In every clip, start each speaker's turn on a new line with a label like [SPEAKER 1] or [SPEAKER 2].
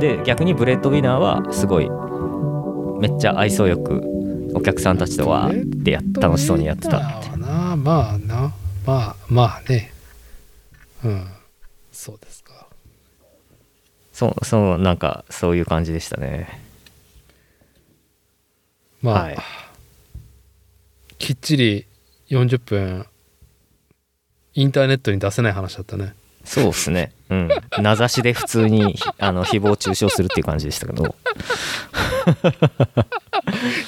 [SPEAKER 1] で逆にブレッドウィナーはすごいめっちゃ愛想よくお客さんたちとわーってやっ楽しそうにやってたって
[SPEAKER 2] ブレッドウィンターはなまあなまあまあねうんそうですか
[SPEAKER 1] そうそうなんかそういう感じでしたね
[SPEAKER 2] まあ、
[SPEAKER 1] はい
[SPEAKER 2] きっちり40分インターネットに出せない話だったね
[SPEAKER 1] そうですねうん名指しで普通にひあの誹謗中傷するっていう感じでしたけど、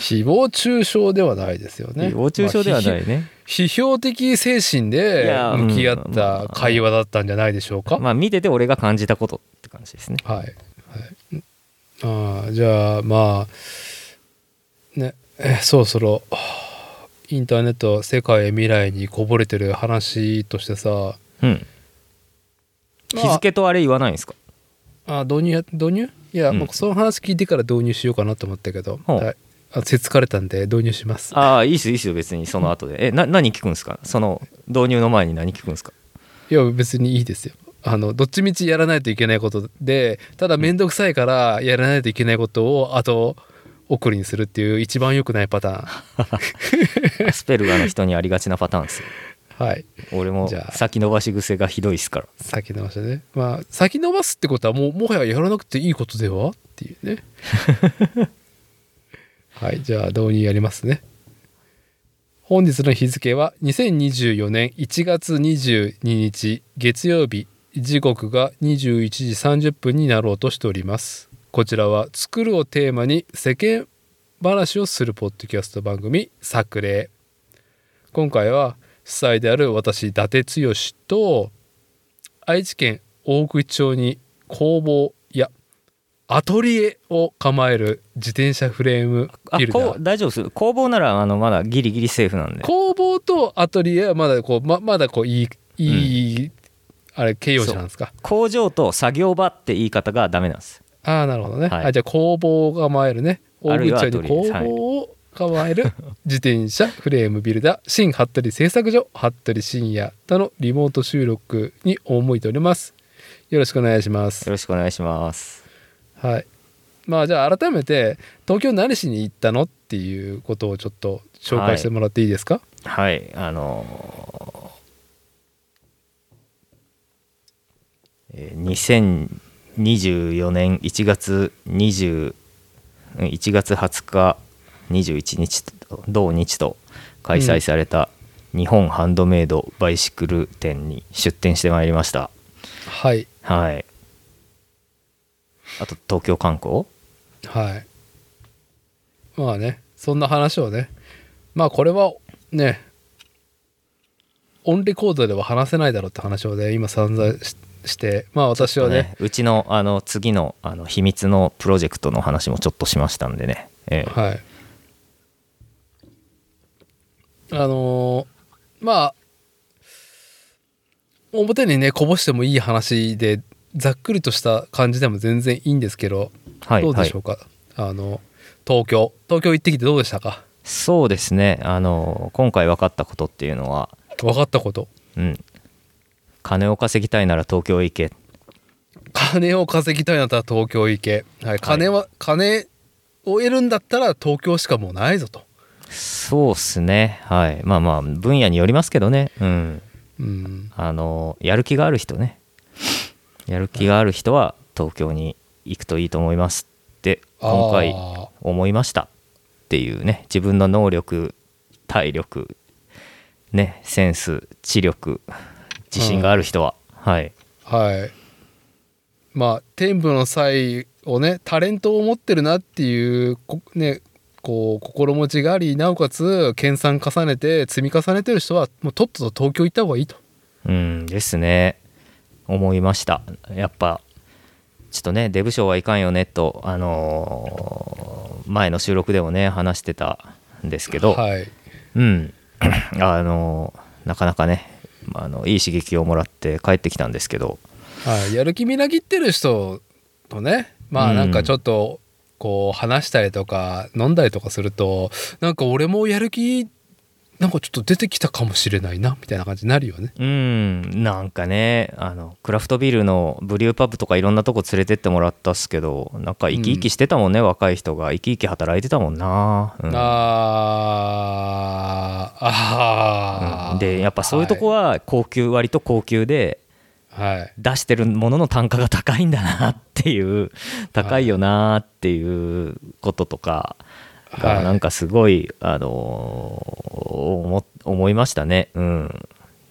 [SPEAKER 2] 誹謗中傷ではないですよね
[SPEAKER 1] 誹謗中傷ではないね、
[SPEAKER 2] まあひ批評的精神で
[SPEAKER 1] いや
[SPEAKER 2] 向き合っ
[SPEAKER 1] うんま
[SPEAKER 2] た
[SPEAKER 1] あ
[SPEAKER 2] 会話だったんじゃないでしょうか、
[SPEAKER 1] まあ見てて俺が感じたことって感じですね
[SPEAKER 2] はい、はい、ああじゃあまあねえそろそろはあインターネット世界未来にこぼれてる話としてさ
[SPEAKER 1] うん
[SPEAKER 2] まあ
[SPEAKER 1] 日付とあれ言わないんですか
[SPEAKER 2] あ導入や導入いや、
[SPEAKER 1] うん
[SPEAKER 2] 僕その話聞いてから導入しようかなと思ったけど、
[SPEAKER 1] ほう
[SPEAKER 2] はい、あせつかれたんで導入します
[SPEAKER 1] ああいいっすいいっすよ別にその後でえな何聞くんですかその導入の前に何聞くん ですか
[SPEAKER 2] いや別にいいですよあのどっちみちやらないといけないことでただ面倒くさいからやらないといけないことを後送りにするっていう一番良くないパタ ー
[SPEAKER 1] アスペルガーの人にありがちなパターンですよ
[SPEAKER 2] ンはい
[SPEAKER 1] 俺も
[SPEAKER 2] じゃあ
[SPEAKER 1] 先延ばし癖がひどいっすから
[SPEAKER 2] 先延ばしねまあ先延ばすってことはもうもはややらなくていいことではっていうねはいじゃあ導入やりますね本日の日付は2024年1月22日月曜日時刻が21時30分になろうとしておりますこちらは「作る」をテーマに世間話をするポッドキャスト番組「作例」今回は主催である私伊達剛と愛知県大口町に工房やアトリエを構える自転車フレーム
[SPEAKER 1] あ
[SPEAKER 2] ビルダ
[SPEAKER 1] こ
[SPEAKER 2] ー
[SPEAKER 1] う大丈夫です工房ならあのまだギリギリセーフなんで
[SPEAKER 2] 工房とアトリエはまだこうままだこういいいい、あれ形容詞なんですか
[SPEAKER 1] 工場と作業場って言い方がダメなんです
[SPEAKER 2] ああなるほどね、
[SPEAKER 1] はい
[SPEAKER 2] あじゃあ工房を構えるね
[SPEAKER 1] あ
[SPEAKER 2] 大
[SPEAKER 1] るい
[SPEAKER 2] 口
[SPEAKER 1] は
[SPEAKER 2] 町に工
[SPEAKER 1] アトリエ
[SPEAKER 2] 房を構 える自転車フレームビルダー新服部製作所服部深夜とのリモート収録に赴いておりますよろしくお願いします
[SPEAKER 1] よろしくお願いします
[SPEAKER 2] はいまあじゃあ改めて東京何しに行ったのっていうことをちょっと紹介してもらっていいですか、
[SPEAKER 1] はいあのーえー2024年1月20うん1月20日21日と同日と開催された日本ハンドメイドバイシクル展に出展してまいりました
[SPEAKER 2] はい
[SPEAKER 1] はいあと東京観光
[SPEAKER 2] はいまあねそんな話をねまあこれはねオンレコードでは話せないだろうって話をね今散々ししてまあ私はね
[SPEAKER 1] ねうちのあの次のあの秘密のプロジェクトの話もちょっとしましたんでね、ええ
[SPEAKER 2] はいあのーまあ表にねこぼしてもいい話でざっくりとした感じでも全然いいんですけど
[SPEAKER 1] はい
[SPEAKER 2] どうでし
[SPEAKER 1] は
[SPEAKER 2] ょ
[SPEAKER 1] いう
[SPEAKER 2] か、あの東京東京行ってきてどうでしたか
[SPEAKER 1] そうですねあの今回分かったことっていうのは、
[SPEAKER 2] 分かったこと
[SPEAKER 1] うん、金を稼ぎたいなら東京へ行け
[SPEAKER 2] 金を稼ぎたいんだったら東京行け、はい、金は、金を得るんだったら東京しかもうないぞと、
[SPEAKER 1] そうっすねはいまあまあ分野によりますけどねうん
[SPEAKER 2] うん、
[SPEAKER 1] あのやる気がある人ねやる気がある人は東京に行くといいと思いますって今回
[SPEAKER 2] あ
[SPEAKER 1] 思いましたっていうね自分の能力体力ねセンス知力自信がある人は、はい
[SPEAKER 2] ーはいまあ天賦の際をねタレントを持ってるなっていうこねこう心持ちがありなおかつ研鑽重ねて積み重ねてる人はもうとっとと東京行った方がいいと
[SPEAKER 1] うんですね思いましたやっぱちょっとねデブ賞はいかんよねとあのー前の収録でもね話してたんですけど、
[SPEAKER 2] はい
[SPEAKER 1] うん あのーなかなかねまああのいい刺激をもらって帰ってきたんですけど
[SPEAKER 2] はい、やる気みなぎってる人とねまあなんかちょっとこう話したりとか飲んだりとかするとなんか俺もやる気なんかちょっと出てきたかもしれないなみたいな感じになるよね
[SPEAKER 1] うんなんかねあのクラフトビールのブリューパブとかいろんなとこ連れてってもらったっすけどなんか生き生きしてたもんね、若い人が生き生き働いてたもんな、うん
[SPEAKER 2] あーあー、
[SPEAKER 1] うんでやっぱそういうとこは高級、割と高級で
[SPEAKER 2] はい、はい
[SPEAKER 1] 出してるものの単価が高いんだなっていう高いよなっていうこととか
[SPEAKER 2] は
[SPEAKER 1] が
[SPEAKER 2] い
[SPEAKER 1] なんかすごい、あのー思思いましたねうん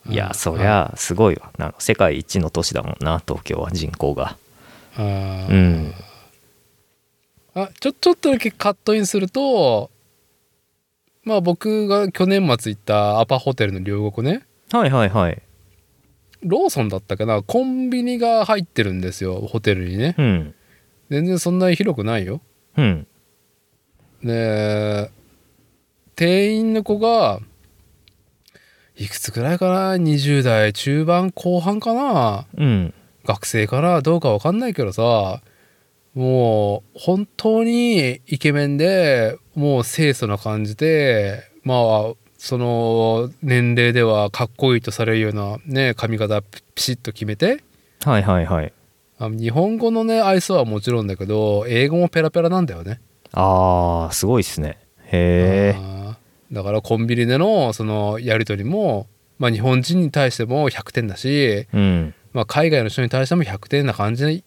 [SPEAKER 1] い
[SPEAKER 2] うん
[SPEAKER 1] やそりゃすごいわなんか世界一の都市だもんな東京は人口が
[SPEAKER 2] あー
[SPEAKER 1] うん
[SPEAKER 2] あちょちょっとだけカットインするとまあ僕が去年末行ったアパホテルの両国ね
[SPEAKER 1] はいはいはい
[SPEAKER 2] ローソンだったかなコンビニが入ってるんですよホテルにね
[SPEAKER 1] うん
[SPEAKER 2] 全然そんなに広くないよ
[SPEAKER 1] うん
[SPEAKER 2] で店員の子がいくつくらいかな20代中盤後半かな
[SPEAKER 1] うん
[SPEAKER 2] 学生かなどうかわかんないけどさもう本当にイケメンでもう清楚な感じでまあその年齢ではかっこいいとされるようなね髪型ピシッと決めて
[SPEAKER 1] はいはいはい
[SPEAKER 2] あ日本語のね愛想はもちろんだけど英語もペラペラなんだよね。
[SPEAKER 1] あーすごいっすねへえ
[SPEAKER 2] あーだからコンビニでのそのやり取りも、まあ、日本人に対しても100点だし、
[SPEAKER 1] うん
[SPEAKER 2] まあ、海外の人に対しても100点な感じ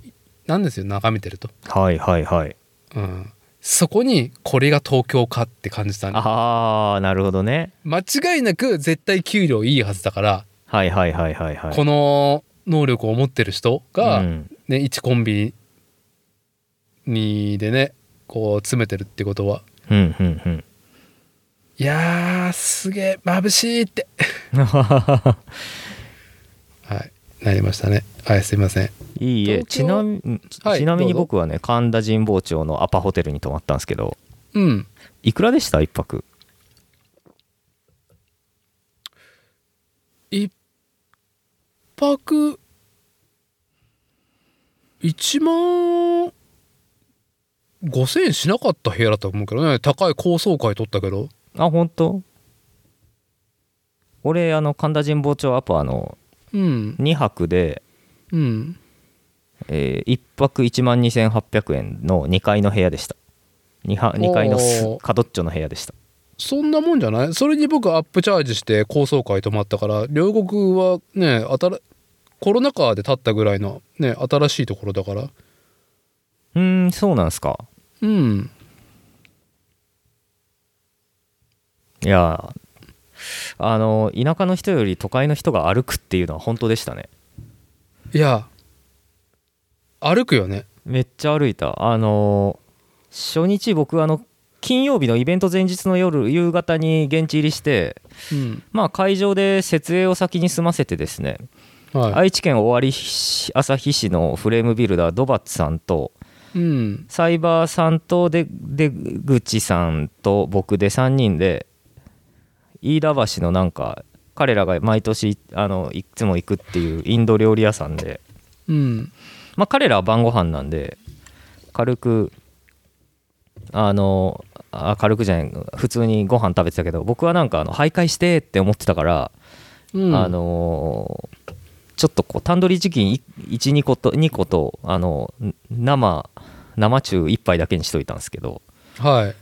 [SPEAKER 2] なんですよ眺めてると。
[SPEAKER 1] はいはいはい
[SPEAKER 2] うん、そこにこれが東京かって感じたね
[SPEAKER 1] ああなるほどね
[SPEAKER 2] 間違いなく絶対給料いいはずだから、
[SPEAKER 1] はいはいはいはいはい
[SPEAKER 2] この能力を持ってる人が、
[SPEAKER 1] うん
[SPEAKER 2] ね1コンビニでねこう詰めてるってことは
[SPEAKER 1] うんうんうん
[SPEAKER 2] いやーすげえ眩しい ってはいなりましたねはいすいません
[SPEAKER 1] いいえ
[SPEAKER 2] 東京
[SPEAKER 1] ちなみ
[SPEAKER 2] はい
[SPEAKER 1] ちなみに
[SPEAKER 2] どうぞ
[SPEAKER 1] 僕はね神田神保町のアパホテルに泊まったんですけど
[SPEAKER 2] うん
[SPEAKER 1] いくらでした一泊
[SPEAKER 2] 一泊1万5000円しなかった部屋だと思うけどね高い高層階取ったけど
[SPEAKER 1] あ本当俺あの神田神保町アパの
[SPEAKER 2] うん
[SPEAKER 1] 2泊で、
[SPEAKER 2] うん
[SPEAKER 1] え1泊1万2800円の2階の部屋でした 2, は2階のす
[SPEAKER 2] おー
[SPEAKER 1] 角っちょの部屋でした
[SPEAKER 2] そんなもんじゃないそれに僕アップチャージして高層階泊まったから両国はね新コロナ禍で建ったぐらいのね新しいところだから
[SPEAKER 1] うーんそうなんすか
[SPEAKER 2] うん
[SPEAKER 1] いやーあの田舎の人より都会の人が歩くっていうのは本当でしたね
[SPEAKER 2] いや歩くよね
[SPEAKER 1] めっちゃ歩いたあのー初日僕あの金曜日のイベント前日の夜夕方に現地入りして
[SPEAKER 2] うん
[SPEAKER 1] まあ会場で設営を先に済ませてですね、
[SPEAKER 2] はい、
[SPEAKER 1] 愛知県尾張市旭市のフレームビルダードバッツさんと
[SPEAKER 2] うん
[SPEAKER 1] サイバーさんとで出口さんと僕で3人で飯田橋のなんか彼らが毎年あのいつも行くっていうインド料理屋さんで
[SPEAKER 2] うん
[SPEAKER 1] まあ、彼らは晩ご飯なんで軽くあのあ軽くじゃない普通にご飯食べてたけど僕はなんかあの徘徊してって思ってたから、
[SPEAKER 2] うん
[SPEAKER 1] あのーちょっとこうタンドリーチキン12個と2個とあのん生生中1杯だけにしといたんですけど
[SPEAKER 2] はい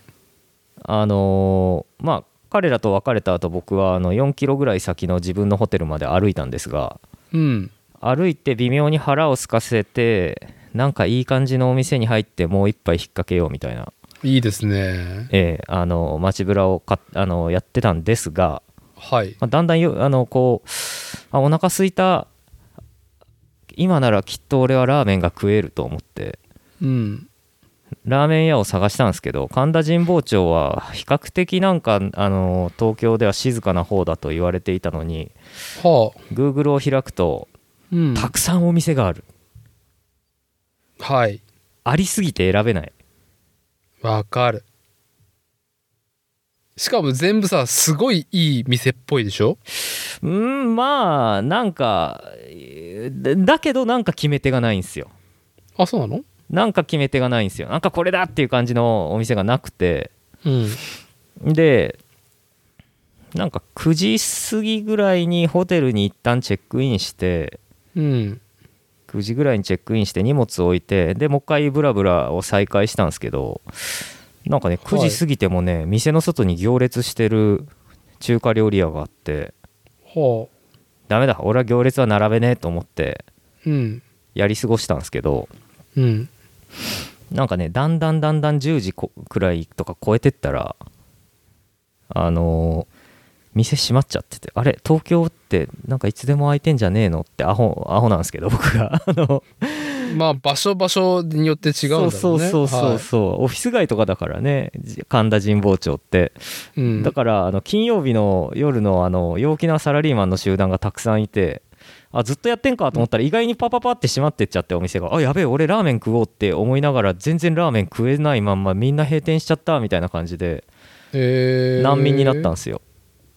[SPEAKER 1] あのーまあ彼らと別れた後僕はあの4キロぐらい先の自分のホテルまで歩いたんですが
[SPEAKER 2] うん
[SPEAKER 1] 歩いて微妙に腹を空かせてなんかいい感じのお店に入ってもう一杯引っ掛けようみたいない
[SPEAKER 2] いですね
[SPEAKER 1] ええあの街ぶらをかあのやってたんですが、
[SPEAKER 2] はい
[SPEAKER 1] まあ、だんだんよあのこうあお腹空いた今ならきっと俺はラーメンが食えると思って
[SPEAKER 2] うん
[SPEAKER 1] ラーメン屋を探したんですけど神田神保町は比較的なんかあの東京では静かな方だと言われていたのに
[SPEAKER 2] はあ
[SPEAKER 1] Google を開くと
[SPEAKER 2] うん
[SPEAKER 1] たくさんお店がある
[SPEAKER 2] はい
[SPEAKER 1] ありすぎて選べない
[SPEAKER 2] わかるしかも全部さすごいいい店っぽいでしょ
[SPEAKER 1] うんまあなんかえーだだけどなんか決め手がないんですよ
[SPEAKER 2] あそうなの
[SPEAKER 1] なんか決め手がないんですよなんかこれだっていう感じのお店がなくて
[SPEAKER 2] うん
[SPEAKER 1] でなんか9時過ぎぐらいにホテルに一旦チェックインして
[SPEAKER 2] うん
[SPEAKER 1] 9時ぐらいにチェックインして荷物置いてでもう一回ブラブラを再開したんですけどなんかね
[SPEAKER 2] はい
[SPEAKER 1] 9時過ぎてもね、店の外に行列してる中華料理屋があって
[SPEAKER 2] はあ
[SPEAKER 1] ダメだ俺は行列は並べねえと思って
[SPEAKER 2] うん
[SPEAKER 1] やり過ごしたんですけど
[SPEAKER 2] うん
[SPEAKER 1] なんかねだんだんだんだん10時こくらいとか超えてったらあのー店閉まっちゃっててあれ東京ってなんかいつでも空いてんじゃねえのってアホアホなんですけど僕が あの
[SPEAKER 2] まあ場所場所によって違うんだろうね
[SPEAKER 1] そうそうそうそうそう、オフィス街とかだからねじ神田神保町って、
[SPEAKER 2] はいうん、
[SPEAKER 1] だからあの金曜日の夜のあの陽気なサラリーマンの集団がたくさんいてあずっとやってんかと思ったら意外にパパパって閉まってっちゃってお店があやべえ俺ラーメン食おうって思いながら全然ラーメン食えないまんまみんな閉店しちゃったみたいな感じで
[SPEAKER 2] えー
[SPEAKER 1] 難民になったんですよ、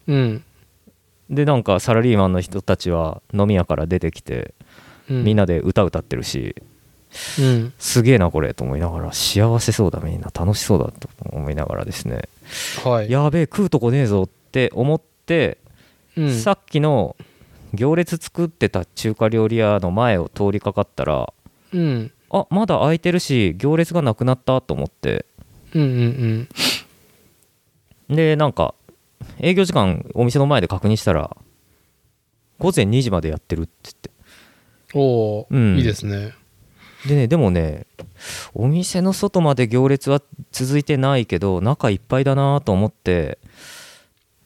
[SPEAKER 2] うん、
[SPEAKER 1] でなんかサラリーマンの人たちは飲み屋から出てきて
[SPEAKER 2] うん、
[SPEAKER 1] みんなで歌歌ってるし、
[SPEAKER 2] うん
[SPEAKER 1] すげえなこれと思いながら幸せそうだみんな楽しそうだと思いながらですね
[SPEAKER 2] はい
[SPEAKER 1] やべえ食うとこねえぞって思って、
[SPEAKER 2] うん、
[SPEAKER 1] さっきの行列作ってた中華料理屋の前を通りかかったら
[SPEAKER 2] うん
[SPEAKER 1] あまだ空いてるし行列がなくなったと思って
[SPEAKER 2] うんうん
[SPEAKER 1] でなんか営業時間お店の前で確認したら午前2時までやってるって言って
[SPEAKER 2] うんおお、
[SPEAKER 1] うん
[SPEAKER 2] いいですね
[SPEAKER 1] でねでもねお店の外まで行列は続いてないけど中いっぱいだなと思って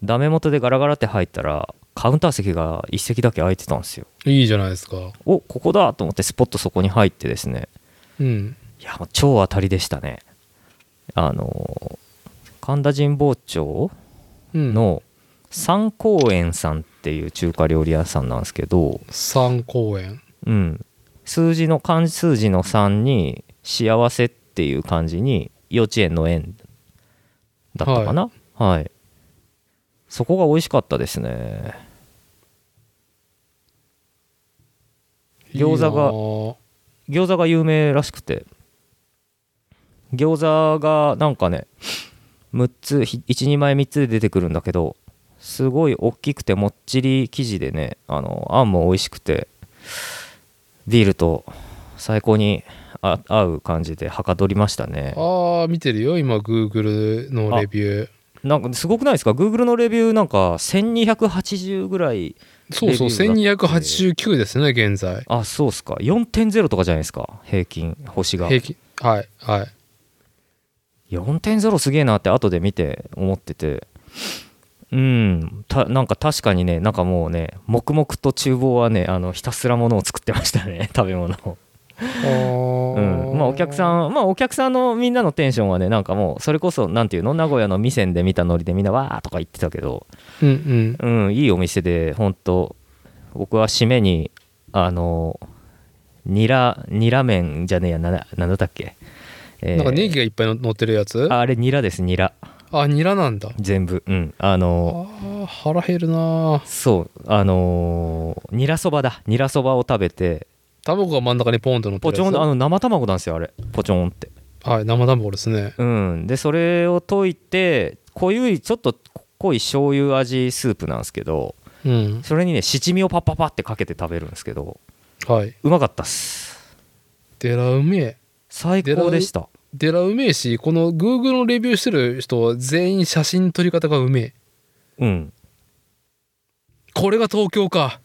[SPEAKER 1] ダメ元でガラガラって入ったらカウンター席が1席だけ空いてたんですよ
[SPEAKER 2] いいじゃないですか
[SPEAKER 1] おここだと思ってスポッとそこに入ってですね
[SPEAKER 2] うん
[SPEAKER 1] いやもう超当たりでしたねあのー神田神保町
[SPEAKER 2] うん
[SPEAKER 1] の三公園さんっていう中華料理屋さんなんですけど、
[SPEAKER 2] 三公演
[SPEAKER 1] うん、数字の漢数字の3に幸せっていう漢字に幼稚園の園だったかなはい、そこが美味しかったですね餃
[SPEAKER 2] 子
[SPEAKER 1] 餃子が有名らしくて餃子がなんかね6つ12枚3つで出てくるんだけどすごい大きくてもっちり生地でねあのあんも美味しくてビールと最高にあ合う感じではかどりましたね
[SPEAKER 2] ああ見てるよ今 Google のレビュー
[SPEAKER 1] なんかすごくないですか Google のレビューなんか1280ぐらい
[SPEAKER 2] そうそう
[SPEAKER 1] レビューがあって
[SPEAKER 2] 1289ですね現在
[SPEAKER 1] あそうっすか4.0とかじゃないですか平均星が
[SPEAKER 2] 平均はいはい
[SPEAKER 1] 4.0すげえなって後で見て思っててうんたなんか確かにねなんかもうね黙々と厨房はねあのひたすらものを作ってましたね 食べ物を、うん、まあお客
[SPEAKER 2] ん
[SPEAKER 1] さんまあお客さんのみんなのテンションはねなんかもうそれこそなんていうの名古屋の味仙で見たノリでみんなわーとか言ってたけど
[SPEAKER 2] うんうん
[SPEAKER 1] うんいいお店でほんと僕は締めにあのニラニラ麺じゃねえやななんだったっけ、えー
[SPEAKER 2] なんかネギがいっぱいの乗ってるやつ
[SPEAKER 1] ああれニラですニラ
[SPEAKER 2] あニラなんだ
[SPEAKER 1] 全部うんあ
[SPEAKER 2] あ
[SPEAKER 1] の
[SPEAKER 2] ー腹減るな
[SPEAKER 1] そうあのーニラそばだニラそばを食べて
[SPEAKER 2] 卵が真ん中にポンと乗って
[SPEAKER 1] ポ
[SPEAKER 2] る
[SPEAKER 1] チョ
[SPEAKER 2] や
[SPEAKER 1] ンあ
[SPEAKER 2] つ
[SPEAKER 1] の生卵なんですよあれポチョンって
[SPEAKER 2] はい生卵ですね
[SPEAKER 1] うんでそれを溶いて濃いちょっと濃い醤油味スープなんですけど
[SPEAKER 2] うん
[SPEAKER 1] それにね七味をパッパッパってかけて食べるんですけど
[SPEAKER 2] はいう
[SPEAKER 1] まかったっす
[SPEAKER 2] デラうめえ
[SPEAKER 1] 最高でした
[SPEAKER 2] デラうめえしこの Google のレビューしてる人は全員写真撮り方がうめえ
[SPEAKER 1] うん
[SPEAKER 2] これが東京か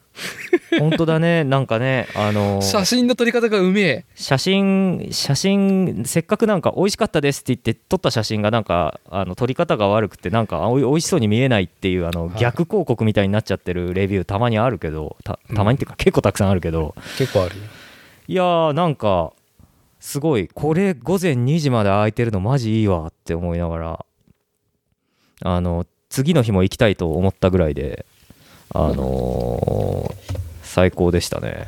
[SPEAKER 1] 本当だねなんかねあのー
[SPEAKER 2] 写真の撮り方がうめえ
[SPEAKER 1] 写真写真せっかくなんか美味しかったですって言って撮った写真がなんかあの撮り方が悪くてなんかあおい美味しそうに見えないっていうあの
[SPEAKER 2] はい
[SPEAKER 1] 逆広告みたいになっちゃってるレビューたまにあるけどたたまにっていうか結構たくさんあるけど
[SPEAKER 2] 結構あるよ
[SPEAKER 1] いやーなんかすごいこれ午前2時まで空いてるのマジいいわって思いながらあの次の日も行きたいと思ったぐらいであのー最高でしたね。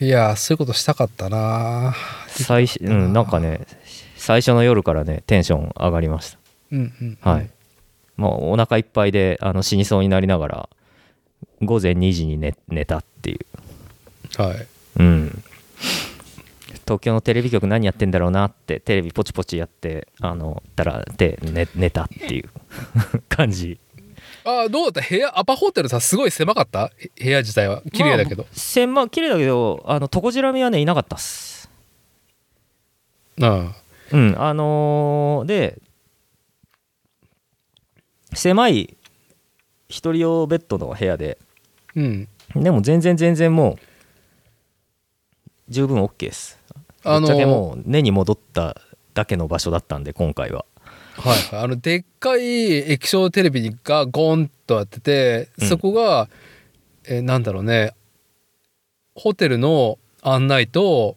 [SPEAKER 2] いやーそういうことしたかったな
[SPEAKER 1] 最初うんなんかね最初の夜からねテンション上がりました
[SPEAKER 2] うんうん
[SPEAKER 1] はい、もうお腹いっぱいであの死にそうになりながら午前2時に寝寝たってい
[SPEAKER 2] はい、
[SPEAKER 1] ううん東京のテレビ局何やってんだろうなってテレビポチポチやってあのたらで寝寝たっていう感じ
[SPEAKER 2] ああどうだった部屋アパホテルさすごい狭かったへ部屋自体は綺麗だけど
[SPEAKER 1] ま、あ、狭綺麗だけどあの床じらみはねいなかったっす
[SPEAKER 2] あ
[SPEAKER 1] うんあのーで狭い一人用ベッドの部屋で
[SPEAKER 2] あうん
[SPEAKER 1] でも全然全然もう十分 OK ですぶ
[SPEAKER 2] あ
[SPEAKER 1] っ
[SPEAKER 2] の
[SPEAKER 1] ちゃけもう根に戻っただけの場所だったんで今回は
[SPEAKER 2] はいはい、あのでっかい液晶テレビがゴンとやってて
[SPEAKER 1] うん
[SPEAKER 2] そこが、えーなんだろうねホテルの案内と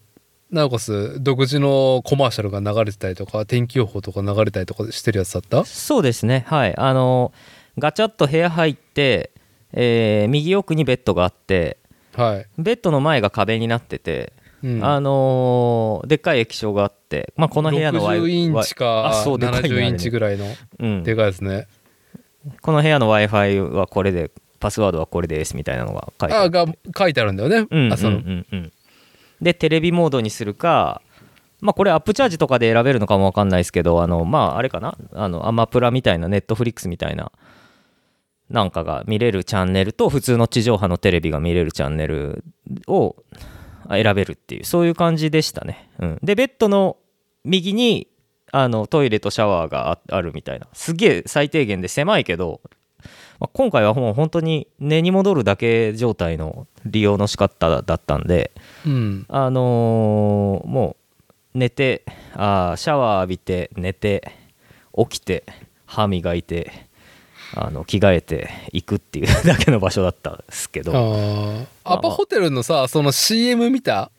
[SPEAKER 2] なおかつ独自のコマーシャルが流れてたりとか天気予報とか流れたりとかしてるやつだった
[SPEAKER 1] そうですねはいあのガチャッと部屋入って、えー右奥にベッドがあって
[SPEAKER 2] はい、
[SPEAKER 1] ベッドの前が壁になってて、
[SPEAKER 2] うん、
[SPEAKER 1] あのーでっかい液晶があって、まあ、この部屋のワイ
[SPEAKER 2] 60インチか
[SPEAKER 1] あそうでかいね
[SPEAKER 2] 70インチぐらいの
[SPEAKER 1] うん、
[SPEAKER 2] でかいですね、
[SPEAKER 1] この部屋の w i f i はこれでパスワードはこれですみたいなのが書いて
[SPEAKER 2] あ
[SPEAKER 1] ある
[SPEAKER 2] が書いてあるんだよね、
[SPEAKER 1] うんうんう
[SPEAKER 2] あその
[SPEAKER 1] んうんでテレビモードにするかまあこれアップチャージとかで選べるのかもわかんないですけどあのまああれかなあのアマプラみたいなネットフリックスみたいななんかが見れるチャンネルと普通の地上波のテレビが見れるチャンネルをあ選べるっていうそういう感じでしたね、うん、でベッドの右にあのトイレとシャワーがああるみたいなすげえ最低限で狭いけど、まあ、今回はもう本当に根に戻るだけ状態の利用の仕方だったんで
[SPEAKER 2] うん
[SPEAKER 1] あのーもう寝てあーシャワー浴びて寝て起きて歯磨いてあの着替えていくっていう だけの場所だったんですけど
[SPEAKER 2] ああアパホテルのさその CM 見た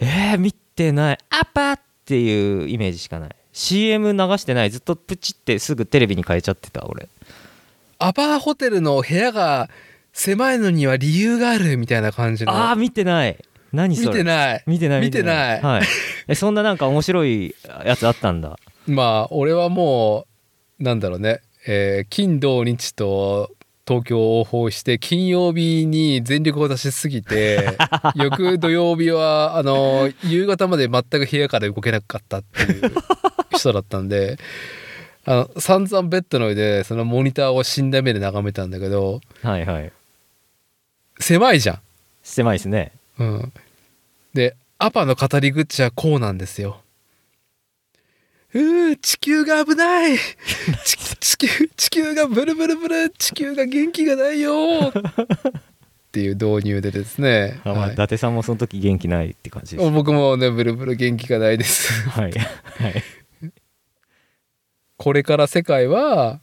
[SPEAKER 1] えー、見てないアパっていうイメージしかない CM 流してないずっとプチってすぐテレビに変えちゃってた俺
[SPEAKER 2] アパホテルの部屋が狭いのには理由があるみたいな感じの
[SPEAKER 1] ああ見てない何
[SPEAKER 2] 見
[SPEAKER 1] それ
[SPEAKER 2] てない
[SPEAKER 1] 見てない
[SPEAKER 2] 見てない
[SPEAKER 1] はい、えそんななんか面白いやつあったんだ
[SPEAKER 2] まあ俺はもうなんだろうね、えー金土日と東京を往復して金曜日に全力を出しすぎて 翌土曜日はあの夕方まで全く部屋から動けなかったっていう人だったんであの散々ベッドの上でそのモニターを死んだ目で眺めたんだけど
[SPEAKER 1] はいはい
[SPEAKER 2] 狭いじゃん
[SPEAKER 1] 狭いですね
[SPEAKER 2] うん、でアパの語り口はこうなんですよ。うー地球が危ない 地地球地球がブルブルブル地球が元気がないよっていう導入でですね、
[SPEAKER 1] あまあ
[SPEAKER 2] はい
[SPEAKER 1] 伊達さんもその時元気ないって感じです
[SPEAKER 2] 僕もねブルブル元気がないです
[SPEAKER 1] はいはい
[SPEAKER 2] これから世界は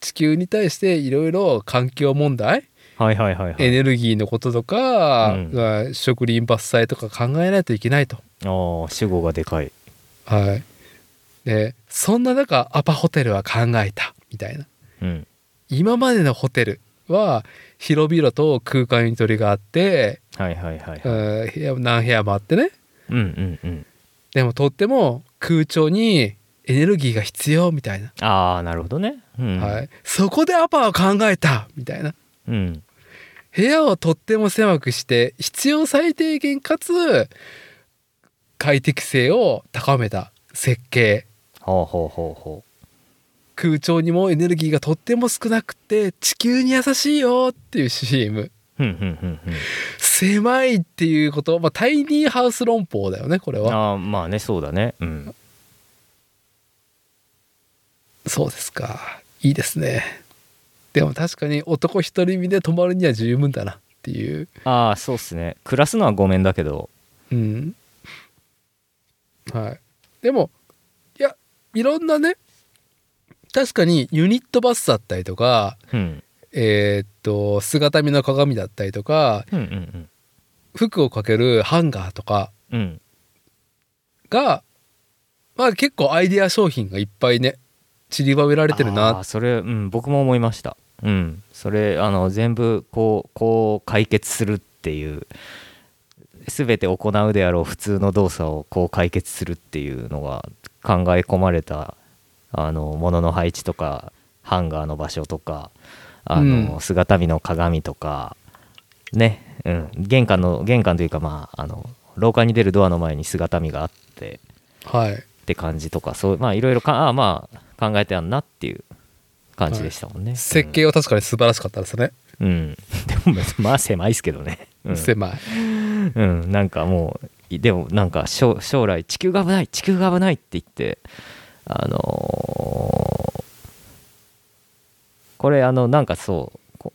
[SPEAKER 2] 地球に対していろいろ環境問題
[SPEAKER 1] はいはいはいはい
[SPEAKER 2] エネルギーのこととか、
[SPEAKER 1] うん
[SPEAKER 2] まあ植林伐採とか考えないといけないと
[SPEAKER 1] ああ主語がでかい
[SPEAKER 2] はい。で、そんな中、アパホテルは考えた、みたいな。
[SPEAKER 1] うん
[SPEAKER 2] 今までのホテルは、広々と空間に取りがあって、
[SPEAKER 1] はいはいはいはい
[SPEAKER 2] うん部屋何部屋もあってね。
[SPEAKER 1] うんうんうん
[SPEAKER 2] でも、とっても空調にエネルギーが必要、みたいな。
[SPEAKER 1] ああなるほどねうん、
[SPEAKER 2] はい。そこでアパは考えた、みたいな。
[SPEAKER 1] うん
[SPEAKER 2] 部屋をとっても狭くして、必要最低限かつ、快適性を高めた設計。
[SPEAKER 1] ほうほうほうほ
[SPEAKER 2] 空調にもエネルギーがとっても少なくて地球に優しいよっていう CM
[SPEAKER 1] うふんふんふんふん
[SPEAKER 2] 狭いっていうことまあタイニーハウス論法だよねこれは
[SPEAKER 1] ああまあねそうだねうん
[SPEAKER 2] そうですかいいですねでも確かに男一人身で泊まるには十分だなっていう
[SPEAKER 1] ああそうっすね暮らすのはごめんだけど
[SPEAKER 2] うんはいでもいやいろんなね確かにユニットバスだったりとか
[SPEAKER 1] うん
[SPEAKER 2] えーっと姿見の鏡だったりとか
[SPEAKER 1] うんうん
[SPEAKER 2] 服をかけるハンガーとか
[SPEAKER 1] うんうん
[SPEAKER 2] が、まあ結構アイデア商品がいっぱいね、散りばめられてる
[SPEAKER 1] あー
[SPEAKER 2] な。
[SPEAKER 1] それ、うん、僕も思いましたうんそれあの全部こうこう解決するっていう全て行うであろう普通の動作をこう解決するっていうのが考え込まれたあの物の配置とかハンガーの場所とかあの、
[SPEAKER 2] うん
[SPEAKER 1] 姿見の鏡とかね、うん、玄関の玄関というかまああの廊下に出るドアの前に姿見があって
[SPEAKER 2] はい。
[SPEAKER 1] って感じとかそうまあいろいろかああまあ考えてあんなっていう感じでしたもんね、
[SPEAKER 2] 設計は確かに素晴らしかったですね、
[SPEAKER 1] うん、うん でもまあ狭いですけどね、 うん
[SPEAKER 2] 狭い
[SPEAKER 1] うん、なんかもういでもなんか将将来地球が危ない地球が危ないって言ってあのーこれあのなんかそうこ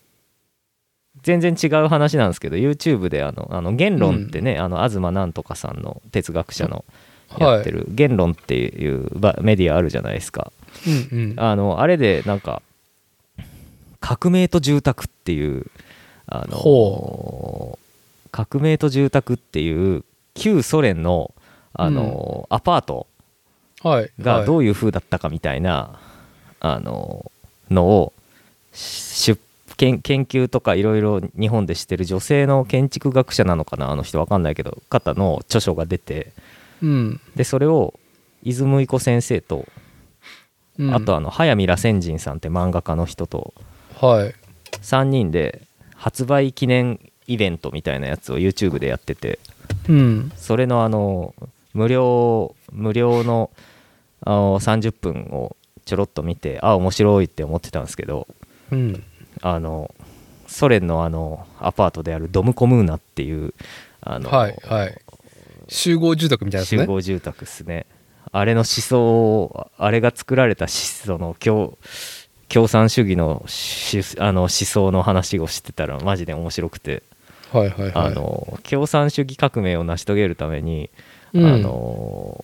[SPEAKER 1] 全然違う話なんですけど YouTube であの「あの言論」ってね、あの東なんとかさんの哲学者のやってる「言論」っていうばメディアあるじゃないですか。
[SPEAKER 2] うんうん
[SPEAKER 1] あのあれでなんか「革命と住宅」っていうあの
[SPEAKER 2] ほ
[SPEAKER 1] 革命と住宅っていう旧ソ連のあの、アパート
[SPEAKER 2] はい
[SPEAKER 1] がど
[SPEAKER 2] う
[SPEAKER 1] ういう風だったかみたいな、あののを出研研究とかいろいろ日本でしてる女性の建築学者なのかなあの人わかんないけど方の著書が出て
[SPEAKER 2] うん、
[SPEAKER 1] でそれを出雲い子先生と、
[SPEAKER 2] うん、
[SPEAKER 1] あとあの早見羅仙人さんって漫画家の人と
[SPEAKER 2] はい
[SPEAKER 1] 3人で発売記念イベントみたいなやつを YouTube でやってて
[SPEAKER 2] うん
[SPEAKER 1] それのあの無料無料のあの30分をちょろっと見てあ面白いって思ってたんですけど
[SPEAKER 2] うん
[SPEAKER 1] あのソ連のあのアパートであるドムコムーナっていうあの、
[SPEAKER 2] はいはい集合住宅みたいなやつ
[SPEAKER 1] 集
[SPEAKER 2] ね
[SPEAKER 1] 合住宅ですねあれの思想をあれが作られたしその共共産主義のしあの思想の話をしてたらマジで面白くて。
[SPEAKER 2] はいはいはい
[SPEAKER 1] あの共産主義革命を成し遂げるために、
[SPEAKER 2] うん
[SPEAKER 1] あの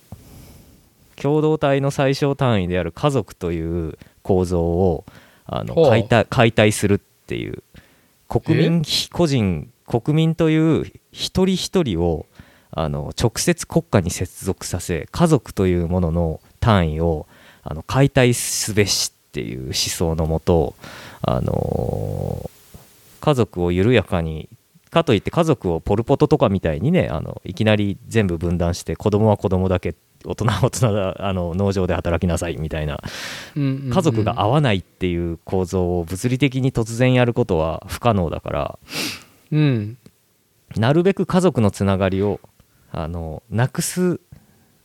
[SPEAKER 1] 共同体の最小単位である家族という構造をあの
[SPEAKER 2] ほう
[SPEAKER 1] 解体解体するっていう国民個人国民という一人一人をあの直接国家に接続させ家族というものの単位をあの解体すべしっていう思想のもと、あの家族を緩やかにかといって家族をポル・ポトとかみたいにねあのいきなり全部分断して子供は子供だけ大人は大人だあの農場で働きなさいみたいな
[SPEAKER 2] うんうんうん
[SPEAKER 1] 家族が合わないっていう構造を物理的に突然やることは不可能だから
[SPEAKER 2] うん
[SPEAKER 1] なるべく家族のつながりをあのなくす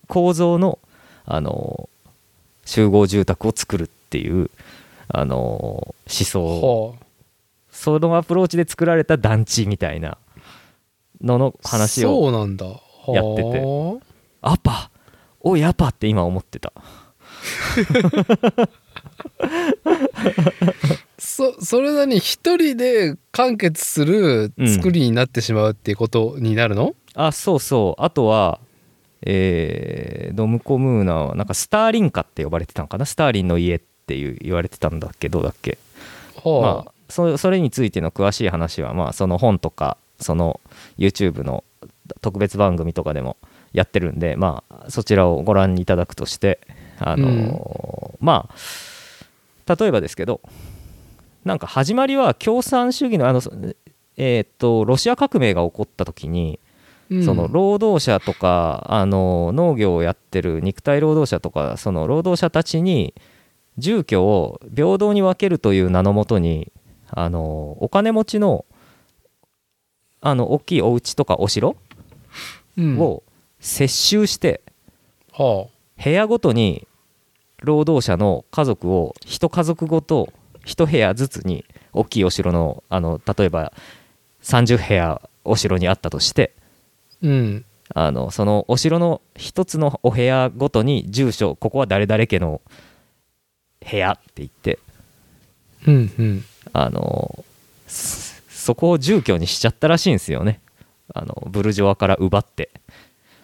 [SPEAKER 1] 構造のあの集合住宅を作るっていうあの思想を
[SPEAKER 2] は
[SPEAKER 1] そのアプローチで作られた団地みたいなのの
[SPEAKER 2] あ
[SPEAKER 1] 話
[SPEAKER 2] そ
[SPEAKER 1] を
[SPEAKER 2] うなんだ
[SPEAKER 1] や
[SPEAKER 2] や
[SPEAKER 1] っててアパおいアパって今思ってた
[SPEAKER 2] そそれなりに一人で完結する作りになってしまうっていうことになるの、
[SPEAKER 1] あそうそうあとはえードムコムーナはなんかスターリン家って呼ばれてたのかなスターリンの家っていう言われてたんだっけどうだっけ
[SPEAKER 2] は
[SPEAKER 1] まあそそれについての詳しい話はまあその本とかその YouTube の特別番組とかでもやってるんでまあそちらをご覧いただくとしてあのーまあ例えばですけどなんか始まりは共産主義のあのそえーっとロシア革命が起こった時に
[SPEAKER 2] うん
[SPEAKER 1] その労働者とかあの農業をやってる肉体労働者とかその労働者たちに住居を平等に分けるという名のもとにあのお金持ちのあの大きいお家とかお城
[SPEAKER 2] うん
[SPEAKER 1] を接収して
[SPEAKER 2] は
[SPEAKER 1] 部屋ごとに労働者の家族を一家族ごと一部屋ずつに大きいお城のあの例えば30部屋お城にあったとして
[SPEAKER 2] あうん
[SPEAKER 1] あのそのお城の一つのお部屋ごとに住所ここは誰々家の部屋って言って
[SPEAKER 2] うんうん
[SPEAKER 1] あのそそこを住居にしちゃったらしいんですよねあのブルジョワから奪って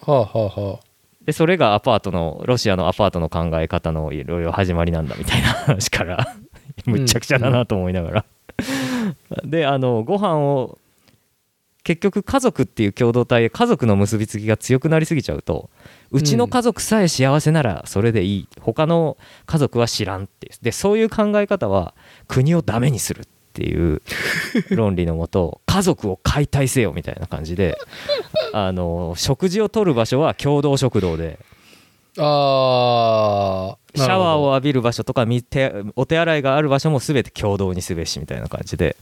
[SPEAKER 2] はあはあは
[SPEAKER 1] でそれがアパートのロシアのアパートの考え方のいろいろ始まりなんだみたいな 話からむっちゃくちゃだなと思いながら、であのご飯を結局家族っていう共同体で家族の結びつきが強くなりすぎちゃうとうちの家族さえ幸せならそれでいい、他の家族は知らんっていうでそういう考え方は国をダメにするっていう論理のもと家族を解体せよみたいな感じであの食事をとる場所は共同食堂で
[SPEAKER 2] ああ
[SPEAKER 1] シャワーを浴びる場所とかみ手お手洗いがある場所も全て共同にすべしみたいな感じで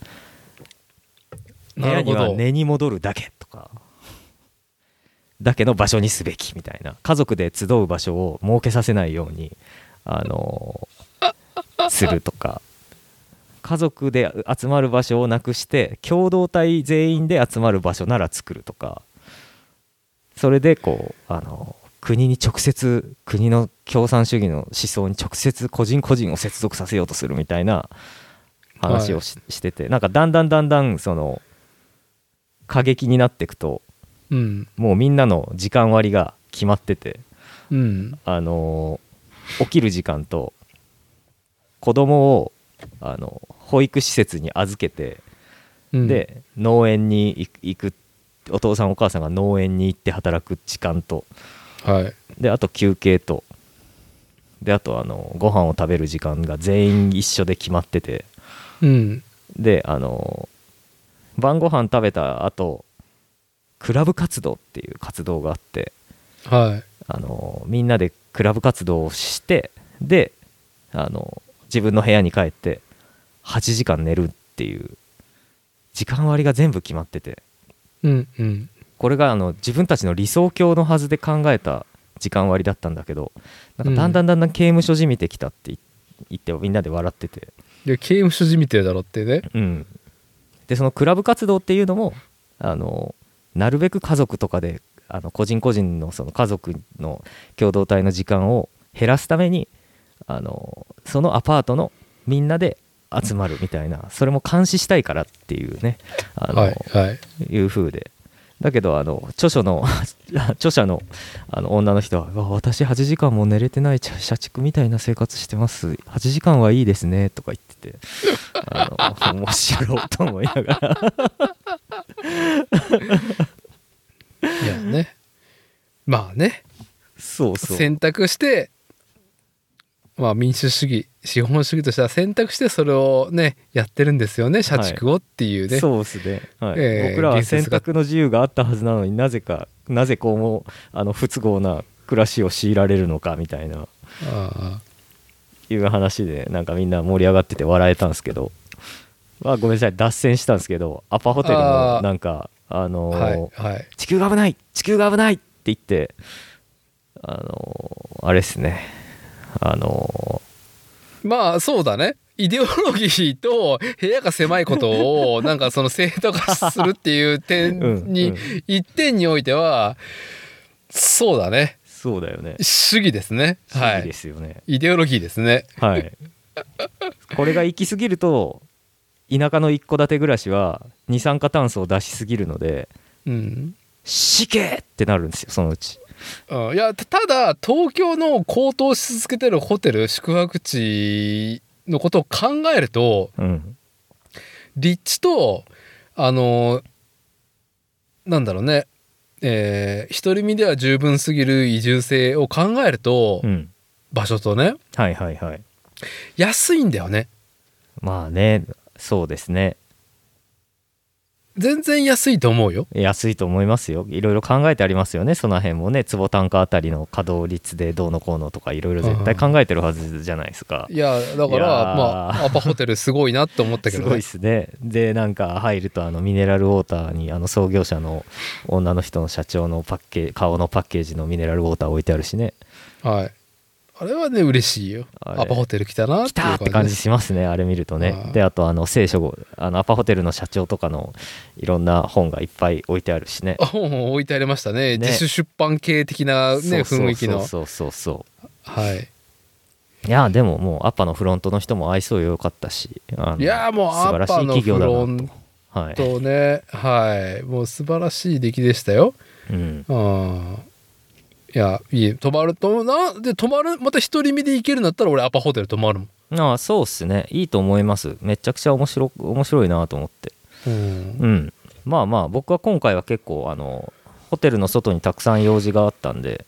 [SPEAKER 1] 部
[SPEAKER 2] な
[SPEAKER 1] 屋
[SPEAKER 2] るほ
[SPEAKER 1] に
[SPEAKER 2] ど
[SPEAKER 1] は寝に戻るだけとかだけの場所にすべきみたいな家族で集う場所を設けさせないようにあのするとか家族で集まる場所をなくして共同体全員で集まる場所なら作るとかそれでこうあの国に直接国の共産主義の思想に直接個人個人を接続させようとするみたいな話をし,、しててなんかだんだんだんだんその過激になっていくと
[SPEAKER 2] うん
[SPEAKER 1] もうみんなの時間割が決まってて
[SPEAKER 2] うん
[SPEAKER 1] あの起きる時間と子供をあの保育施設に預けて、
[SPEAKER 2] うん
[SPEAKER 1] で農園に行く行くお父さんお母さんが農園に行って働く時間と
[SPEAKER 2] はい
[SPEAKER 1] であと休憩とであとあのご飯を食べる時間が全員一緒で決まってて
[SPEAKER 2] うん
[SPEAKER 1] であの晩ご飯食べた後クラブ活動っていう活動があって
[SPEAKER 2] はい
[SPEAKER 1] あのみんなでクラブ活動をしてであの自分の部屋に帰って8時間寝るっていう時間割が全部決まってて
[SPEAKER 2] うんうん
[SPEAKER 1] これがあの自分たちの理想郷のはずで考えた時間割だったんだけどなんかだんだんだんだん刑務所じみてきたってい言ってみんなで笑ってて、
[SPEAKER 2] いや刑務所じみてえだろってね
[SPEAKER 1] うん、でそのクラブ活動っていうのもあのなるべく家族とかであの個人個人のその家族の共同体の時間を減らすためにあのそのアパートのみんなで集まるみたいなそれも監視したいからっていうねあの、
[SPEAKER 2] はいはい
[SPEAKER 1] いう風でだけどあの著書の 著者のあの女の人はうわ「私8時間も寝れてない社社畜みたいな生活してます8時間はいいですね」とか言っててあの 面白いと思いながら
[SPEAKER 2] いやねまあね
[SPEAKER 1] そうそう
[SPEAKER 2] 選択してまあ民主主義資本主義としては選択してそれをねやってるんですよね社畜をっていうね、
[SPEAKER 1] そうですね、はい
[SPEAKER 2] えー
[SPEAKER 1] 僕らは
[SPEAKER 2] 言
[SPEAKER 1] 選
[SPEAKER 2] 説が
[SPEAKER 1] 択の自由があったはずなのになぜかなぜこうもあの不都合な暮らしを強いられるのかみたいな
[SPEAKER 2] あ
[SPEAKER 1] いう話でなんかみんな盛り上がってて笑えたんですけど、まあ、ごめんなさい脱線したんですけどアパホテル
[SPEAKER 2] あ
[SPEAKER 1] も
[SPEAKER 2] ー
[SPEAKER 1] なんかあ
[SPEAKER 2] あ
[SPEAKER 1] のー
[SPEAKER 2] はいはい
[SPEAKER 1] 地球が危ない地球が危ないって言ってあのーあれですねあの
[SPEAKER 2] まあそうだねイデオロギーと部屋が狭いことをなんかその正当化するっていう点に、
[SPEAKER 1] うんう
[SPEAKER 2] 一点においてはそうだね
[SPEAKER 1] ーそうだよね
[SPEAKER 2] 主義ですねは
[SPEAKER 1] 主義
[SPEAKER 2] い
[SPEAKER 1] ですよね
[SPEAKER 2] イデオロギーですね
[SPEAKER 1] はいこれが行き過ぎると田舎の一戸建て暮らしは二酸化炭素を出しすぎるので
[SPEAKER 2] うん
[SPEAKER 1] 死刑ってなるんですよそのうち
[SPEAKER 2] うんいやたただ東京の高騰し続けてるホテル宿泊地のことを考えると
[SPEAKER 1] うん
[SPEAKER 2] 立地とあのなんだろうねえー独り身では十分すぎる移住性を考えると、
[SPEAKER 1] うん
[SPEAKER 2] 場所とね
[SPEAKER 1] はいはいはい
[SPEAKER 2] 安いんだよね
[SPEAKER 1] まあねそうですね
[SPEAKER 2] 全然安いと思うよ
[SPEAKER 1] 安いと思いますよいろいろ考えてありますよねその辺もね坪単価あたりの稼働率でどうのこうのとかいろいろ絶対考えてるはずじゃないですか
[SPEAKER 2] いやだから
[SPEAKER 1] いやー
[SPEAKER 2] まあアパホテルすごいなって思ったけ
[SPEAKER 1] す
[SPEAKER 2] ど、
[SPEAKER 1] ごい
[SPEAKER 2] ね
[SPEAKER 1] で、すねでなんか入るとあのミネラルウォーターにあの創業者の女の人の社長のパッケ顔のパッケージのミネラルウォーター置いてあるしね
[SPEAKER 2] はいあれはね嬉しいよ
[SPEAKER 1] あれ
[SPEAKER 2] アパホテル来たなっ
[SPEAKER 1] 来
[SPEAKER 2] て
[SPEAKER 1] たーっ
[SPEAKER 2] い
[SPEAKER 1] て
[SPEAKER 2] う感
[SPEAKER 1] 感じ
[SPEAKER 2] じ
[SPEAKER 1] しますねあれ見ると
[SPEAKER 2] あ
[SPEAKER 1] ね
[SPEAKER 2] ー
[SPEAKER 1] であとあの聖書あのアパホテルの社長とかのいろんな本がいっぱい置いてあるしね
[SPEAKER 2] あ本を 置いてありましたね
[SPEAKER 1] ね
[SPEAKER 2] 自主出版系的な、ね、
[SPEAKER 1] そう
[SPEAKER 2] 雰囲気の
[SPEAKER 1] そうそうそうそう
[SPEAKER 2] はい
[SPEAKER 1] いやでももうアッパのフロントの人も愛想良かったしあの
[SPEAKER 2] いやーもう
[SPEAKER 1] 素晴らしい
[SPEAKER 2] アッパの
[SPEAKER 1] 企業だなと
[SPEAKER 2] フロン
[SPEAKER 1] はい
[SPEAKER 2] とねはいもう素晴らしい出来でしたよ
[SPEAKER 1] うん、
[SPEAKER 2] あいやいい泊まるとなで泊まるまた独り身で行けるんだったら俺アパホテル泊まるもん
[SPEAKER 1] ああそうっすねいいと思いますめちゃくちゃ面白面白いなと思って
[SPEAKER 2] うん
[SPEAKER 1] うんまあまあ僕は今回は結構あのホテルの外にたくさん用事があったんで、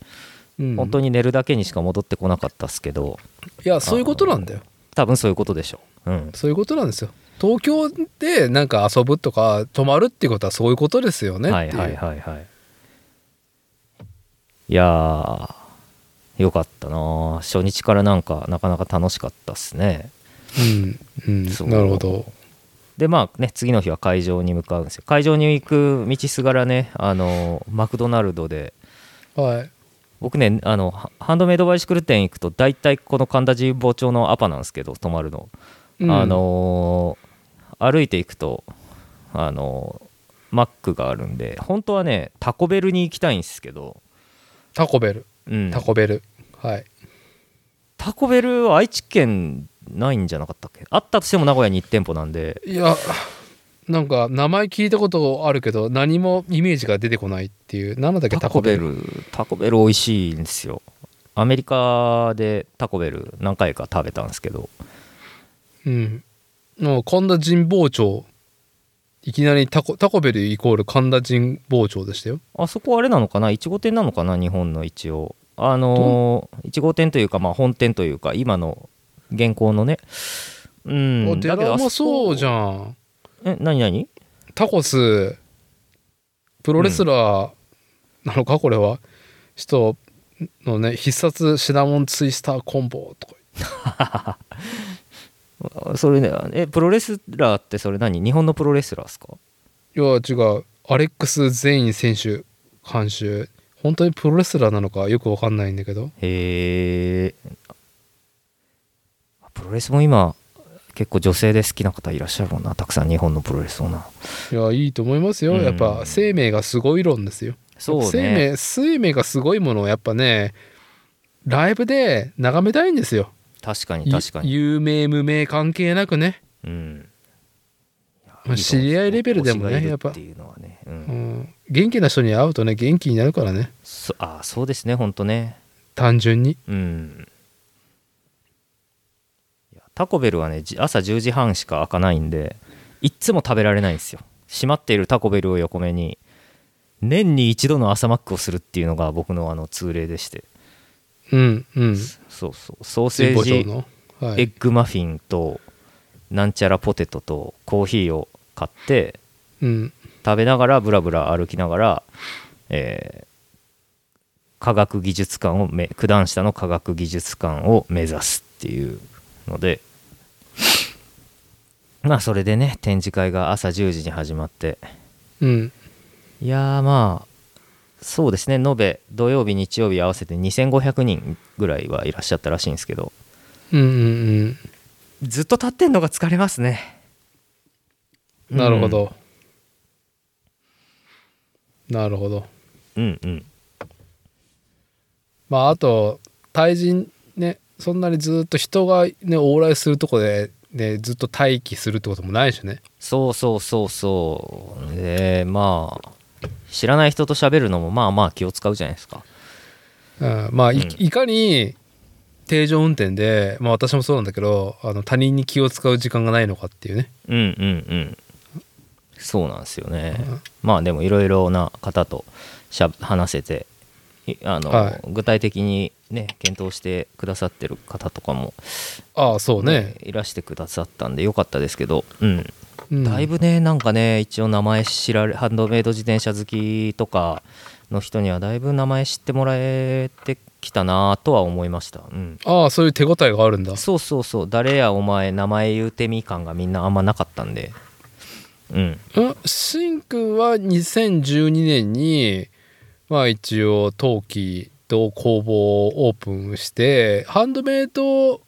[SPEAKER 2] うん
[SPEAKER 1] 本当に寝るだけにしか戻ってこなかったっすけど
[SPEAKER 2] いやそういうことなんだよ
[SPEAKER 1] 多分そういうことでしょう、うん、
[SPEAKER 2] そういうことなんですよ東京でなんか遊ぶとか泊まるっていうことはそういうことですよね
[SPEAKER 1] はい
[SPEAKER 2] っていう
[SPEAKER 1] はいはいはいいやーよかったなー初日からなんかなかなか楽しかったっすね
[SPEAKER 2] うん、う、
[SPEAKER 1] そうん
[SPEAKER 2] なるほど
[SPEAKER 1] でまあね次の日は会場に向かうんですよ会場に行く道すがらねあのマクドナルドで
[SPEAKER 2] はい
[SPEAKER 1] 僕ねあのハハンドメイドバイシクル店行くと大体この神田神保町のアパなんですけど泊まるの
[SPEAKER 2] うん
[SPEAKER 1] あのー歩いていくと、あのーマックがあるんで本当はねタコベルに行きたいんですけど、
[SPEAKER 2] タコベル
[SPEAKER 1] うん、
[SPEAKER 2] タコベル、はい
[SPEAKER 1] タコベルは愛知県ないんじゃなかったっけあったとしても名古屋に1店舗なんで
[SPEAKER 2] いやなんか名前聞いたことあるけど何もイメージが出てこないっていう何だっけ
[SPEAKER 1] タコベルタコベル美味しいんですよアメリカでタコベル何回か食べたんですけど
[SPEAKER 2] うんもう神田神保町いきなりタコタコベルイコール神田神保町でしたよ
[SPEAKER 1] あそこあれなのかな1号店なのかな日本の一応あのー、1号店というかまあ本店というか今の現行のねう
[SPEAKER 2] お
[SPEAKER 1] んだけど
[SPEAKER 2] 寺
[SPEAKER 1] あ
[SPEAKER 2] もそうじ
[SPEAKER 1] ゃん
[SPEAKER 2] ゃん
[SPEAKER 1] え何何
[SPEAKER 2] タコスプロレスラーなのか、これは人のね必殺シナモンツイスターコンボとか
[SPEAKER 1] あそれねえプロレスラーってそれ何日本のプロレスラーですか
[SPEAKER 2] いや違うアレックス・ゼイン選手監修本当にプロレスラーなのかよくわかんないんだけど
[SPEAKER 1] へえプロレスも今結構女性で好きな方いらっしゃるもんなたくさん日本のプロレスをない
[SPEAKER 2] やいいと思いますよ
[SPEAKER 1] うん
[SPEAKER 2] やっぱ生命がすごい論ですよ
[SPEAKER 1] そう
[SPEAKER 2] 生
[SPEAKER 1] ね
[SPEAKER 2] 命生命がすごいものをやっぱねライブで眺めたいんですよ
[SPEAKER 1] 確かに確かに、
[SPEAKER 2] 有名無名関係なくね
[SPEAKER 1] うん、
[SPEAKER 2] まあ知り合いレベルでも
[SPEAKER 1] 推
[SPEAKER 2] ね
[SPEAKER 1] しがいる
[SPEAKER 2] やっぱ
[SPEAKER 1] っていうのはね、うん
[SPEAKER 2] うん元気な人に会うとね元気になるからね
[SPEAKER 1] そあそうですねほんとね
[SPEAKER 2] 単純に
[SPEAKER 1] うんいやタコベルはねじ朝10時半しか開かないんでいっつも食べられないんですよ閉まっているタコベルを横目に年に一度の朝マックをするっていうのが僕のあの通例でして
[SPEAKER 2] うんうん
[SPEAKER 1] そうそうソーセ
[SPEAKER 2] 神保町
[SPEAKER 1] ージ
[SPEAKER 2] の、は
[SPEAKER 1] エ
[SPEAKER 2] い
[SPEAKER 1] ッグマフィンとなんちゃらポテトとコーヒーを買って
[SPEAKER 2] うん、
[SPEAKER 1] 食べながらブラブラ歩きながら、えー科学技術館をめ九段下の科学技術館を目指すっていうのでまあそれでね展示会が朝10時に始まって
[SPEAKER 2] うん、
[SPEAKER 1] いやーまあそうですね延べ土曜日日曜日合わせて2500人ぐらいはいらっしゃったらしいんですけど
[SPEAKER 2] うんうん
[SPEAKER 1] ずっと立ってんのが疲れますね
[SPEAKER 2] うんなるほど、なるほど
[SPEAKER 1] うんうん
[SPEAKER 2] まああと対人ねそんなにずっと人がね往来するとこで、ね、ずっと待機するってこともないしね
[SPEAKER 1] そうそうそうそうでまあ知らない人と喋るのもまあまあ気を使うじゃないですか
[SPEAKER 2] うん、まあい,、
[SPEAKER 1] うん
[SPEAKER 2] いかに定常運転で、まあ、私もそうなんだけどあの他人に気を使う時間がないのかっていうね
[SPEAKER 1] うんうんうんそうなんですよね、まあでもいろいろな方としゃ話せていあの、
[SPEAKER 2] はい
[SPEAKER 1] 具体的にね検討してくださってる方とかも、
[SPEAKER 2] ああそうね、
[SPEAKER 1] いらしてくださったんでよかったですけど、うん、
[SPEAKER 2] うん
[SPEAKER 1] だいぶねなんかね一応名前知られハンドメイド自転車好きとかの人にはだいぶ名前知ってもらえてきたなとは思いました、うん、
[SPEAKER 2] ああそういう手応えがあるんだ
[SPEAKER 1] そうそうそう誰やお前名前言うてみ感がみんなあんまなかったんでうん
[SPEAKER 2] うんしんくんは2012年にまあ一応陶器と工房をオープンしてハンドメイド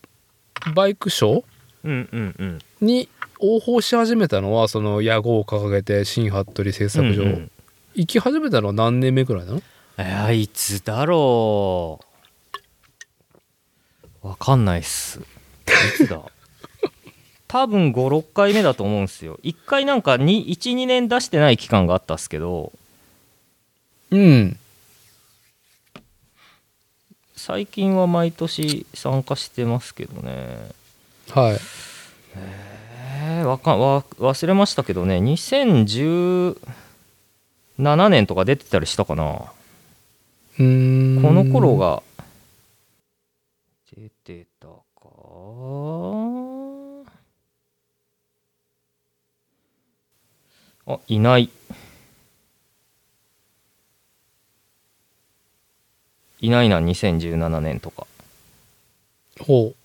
[SPEAKER 2] バイクショー
[SPEAKER 1] うんうんうん
[SPEAKER 2] に応募し始めたのはその野号を掲げて新服部製作所、
[SPEAKER 1] うんうん
[SPEAKER 2] 行き始めたのは何年目くらいなの
[SPEAKER 1] えーいつだろうわかんないっすい つだ多分56回目だと思うんですよ1回なんか12年出してない期間があったっすけど
[SPEAKER 2] うん
[SPEAKER 1] 最近は毎年参加してますけどね
[SPEAKER 2] はい
[SPEAKER 1] えー、わかんわ忘れましたけどね2017年とか出てたりしたかな
[SPEAKER 2] うーん
[SPEAKER 1] この頃が出てたかあいないいないな2017年とか
[SPEAKER 2] ほう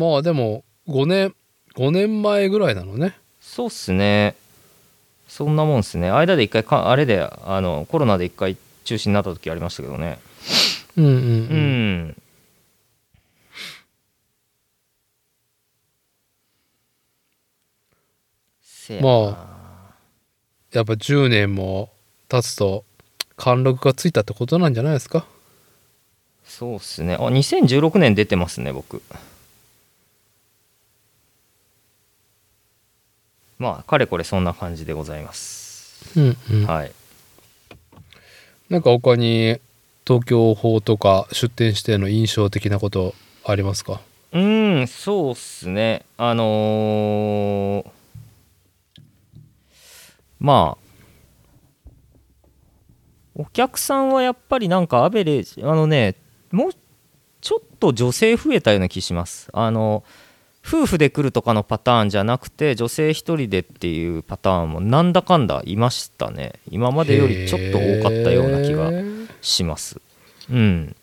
[SPEAKER 2] まあでも5年5年前ぐらいなのね
[SPEAKER 1] そうっすね。そんなもんっすね。間で一回か、あれで、あの、コロナで一回中止になった時ありましたけどね。
[SPEAKER 2] うんうん、
[SPEAKER 1] うん。せやな
[SPEAKER 2] やっぱ10年も経つと貫禄がついたってことなんじゃないですか
[SPEAKER 1] そうっすねあ2016年出てますね僕まあかれこれそんな感じでございます、
[SPEAKER 2] うんうん、
[SPEAKER 1] はい
[SPEAKER 2] なんか他に東京法とか出店しての印象的なことありますか
[SPEAKER 1] うんそうっすねあのーまあお客さんはやっぱりなんかアベレージあのねもうちょっと女性増えたような気しますあの夫婦で来るとかのパターンじゃなくて女性一人でっていうパターンもなんだかんだいましたね今までよりちょっと多かったような気
[SPEAKER 2] へ
[SPEAKER 1] が
[SPEAKER 2] ー
[SPEAKER 1] しますうん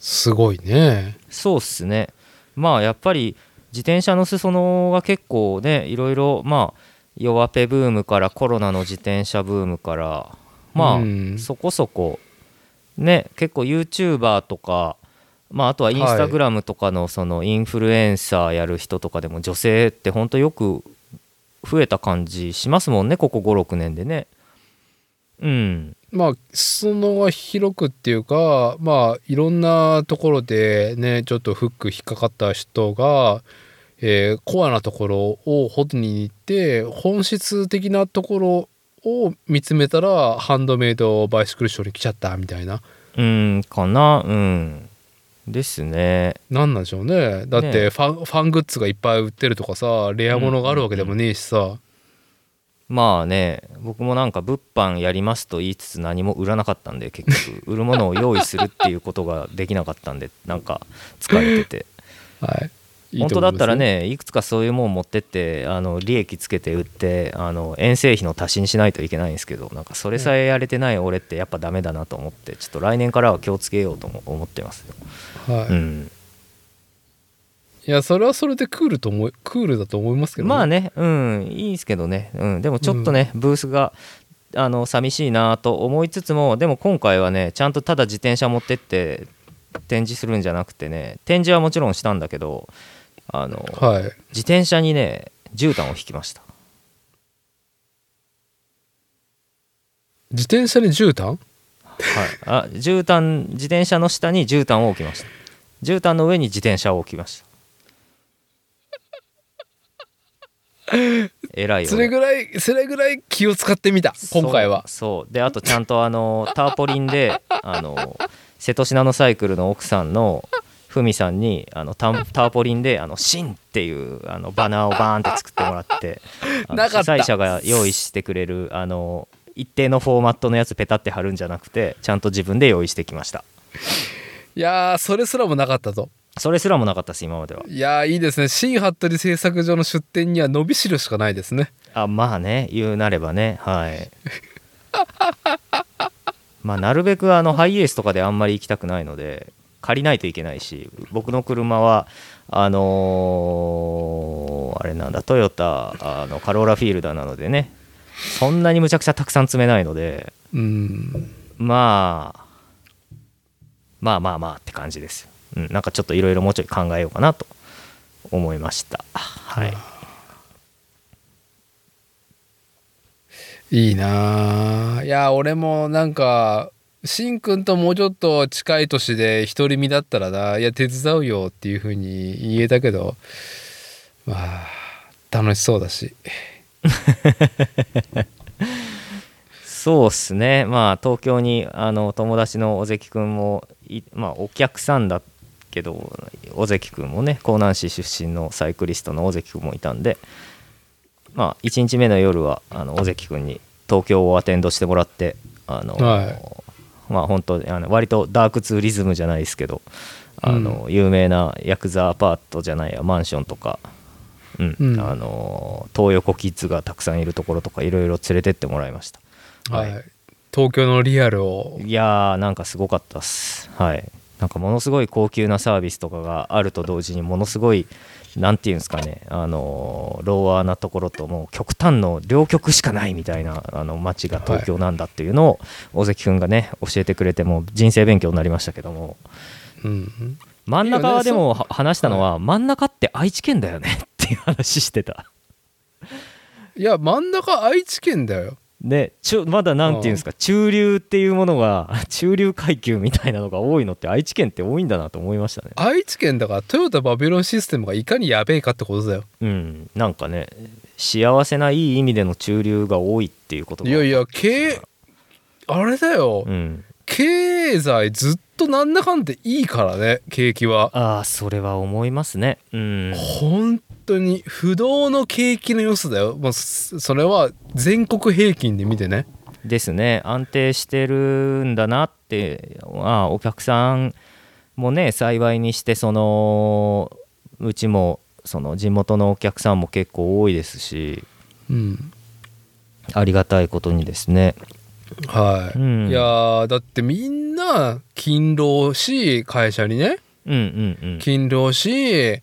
[SPEAKER 2] すごいね
[SPEAKER 1] そうっすねまあやっぱり自転車の裾野が結構ねいろいろまあ弱ペブームからコロナの自転車ブームからまあ、
[SPEAKER 2] うん
[SPEAKER 1] そこそこね結構 YouTuber とかまああとはインスタグラムとかのそのインフルエンサーやる人とかでも女性ってほんとよく増えた感じしますもんねここ56年でねうん
[SPEAKER 2] まあ裾野は広くっていうかまあいろんなところでねちょっとフック引っかかった人が、えーコアなところを掘りに行って本質的なところを見つめたらハンドメイドバイシクルショーに来ちゃったみたいな
[SPEAKER 1] うんかなうんですね
[SPEAKER 2] なんなんでしょうねだっ
[SPEAKER 1] ねえ
[SPEAKER 2] てファン,、ファングッズがいっぱい売ってるとかさレアものがあるわけでもねえしさ、
[SPEAKER 1] まあね僕もなんか物販やりますと言いつつ何も売らなかったんで結局売るものを用意するっていうことができなかったんでなんか疲れてて
[SPEAKER 2] はいいい
[SPEAKER 1] 本
[SPEAKER 2] と
[SPEAKER 1] 当
[SPEAKER 2] 思
[SPEAKER 1] だ
[SPEAKER 2] います
[SPEAKER 1] ったらねいくつかそういうもん持ってってあの利益つけて売ってあの遠征費の足しにしないといけないんですけどなんかそれさえやれてない俺ってやっぱダメだなと思ってちょっと来年からは気をつけようとも思ってますよ、
[SPEAKER 2] はい、
[SPEAKER 1] うん、
[SPEAKER 2] いやそれはそれでクールと思いクールだと思いますけどね、
[SPEAKER 1] まあねうんいいんですけどね、うん、でもちょっとね、ブースがあの寂しいなと思いつつもでも今回はねちゃんとただ自転車持ってって展示するんじゃなくてね展示はもちろんしたんだけどあの
[SPEAKER 2] はい
[SPEAKER 1] 自転車にね絨毯を引きました
[SPEAKER 2] 自転車に絨毯
[SPEAKER 1] はい、あ絨毯自転車の下に絨毯を置きました絨毯の上に自転車を置きま したえらいよ
[SPEAKER 2] それぐらいそれぐらい気を使ってみた今回は
[SPEAKER 1] そうそうであとちゃんとあのターポリンであの瀬戸シナノサイクルの奥さんのふみさんにあのタ ンターポリンで「あのシン!」っていうあのバナーをバーンって作ってもら ってあの
[SPEAKER 2] なかった
[SPEAKER 1] 主催者が用意してくれるあの一定のフォーマットのやつペタって貼るんじゃなくてちゃんと自分で用意してきました
[SPEAKER 2] いやーそれすらもなかったと
[SPEAKER 1] それすらもなかったです今まではい
[SPEAKER 2] やーいいですね新服部製作所の出店には伸びしろしかないですね
[SPEAKER 1] あまあね言うなればねはい まあなるべくあのハイエースとかであんまり行きたくないので借りないといけないし僕の車はあのーあれなんだトヨタあのカローラフィールダーなのでねそんなにむちゃくちゃたくさん積めないので
[SPEAKER 2] うん
[SPEAKER 1] まあまあまあまあって感じです、うん、なんかちょっといろいろもうちょい考えようかなと思いましたはい
[SPEAKER 2] いいなーいやー俺もなんかしんくんともうちょっと近い年で独り身だったらないや手伝うよっていうふうに言えたけどまあ楽しそうだし
[SPEAKER 1] そうっすね、まあ、東京にあの友達の尾関君もい、まあ、お客さんだけど尾関君もね江南市出身のサイクリストの尾関君もいたんで、まあ、1日目の夜はあの尾関君に東京をアテンドしてもらってあの、
[SPEAKER 2] はい
[SPEAKER 1] まあ本当あの割とダークツーリズムじゃないですけどあの、有名なヤクザアパートじゃないやマンションとか、うん
[SPEAKER 2] うん
[SPEAKER 1] あの東横キッズがたくさんいるところとかいろいろ連れてってもらいました。
[SPEAKER 2] はい、東京のリアルを
[SPEAKER 1] いやーなんかすごかったっすはいなんかものすごい高級なサービスとかがあると同時にものすごいなんていうんですかねあのーローアーなところともう極端の両極しかないみたいなあの街が東京なんだっていうのを尾関君がね教えてくれてもう人生勉強になりましたけども
[SPEAKER 2] うん
[SPEAKER 1] 真ん中
[SPEAKER 2] いいよ
[SPEAKER 1] は
[SPEAKER 2] ね
[SPEAKER 1] でも
[SPEAKER 2] そ
[SPEAKER 1] は
[SPEAKER 2] う
[SPEAKER 1] 話したのは真ん中って愛知県だよねっていう話してた
[SPEAKER 2] いや真ん中愛知県だよ
[SPEAKER 1] でちゅまだなんていうんですか中流っていうものが中流階級みたいなのが多いのって愛知県って多いんだなと思いましたね
[SPEAKER 2] 愛知県だからトヨタバビロンシステムがいかにやべえかってことだよ
[SPEAKER 1] うんなんかね幸せないい意味での中流が多いっていうことが
[SPEAKER 2] いやいや経あれだよ、
[SPEAKER 1] うん
[SPEAKER 2] 経済ずっとなんだかんでいいからね景気は
[SPEAKER 1] ああそれは思いますねうん
[SPEAKER 2] 本当に不動の景気の良さだよもうそそれは全国平均で見てね
[SPEAKER 1] ですね安定してるんだなってああお客さんもね幸いにしてそのうちもその地元のお客さんも結構多いですし
[SPEAKER 2] うん
[SPEAKER 1] ありがたいことにですね
[SPEAKER 2] はい、
[SPEAKER 1] うん
[SPEAKER 2] いやーだってみんな勤労し会社にね
[SPEAKER 1] うんうんうん
[SPEAKER 2] 勤労し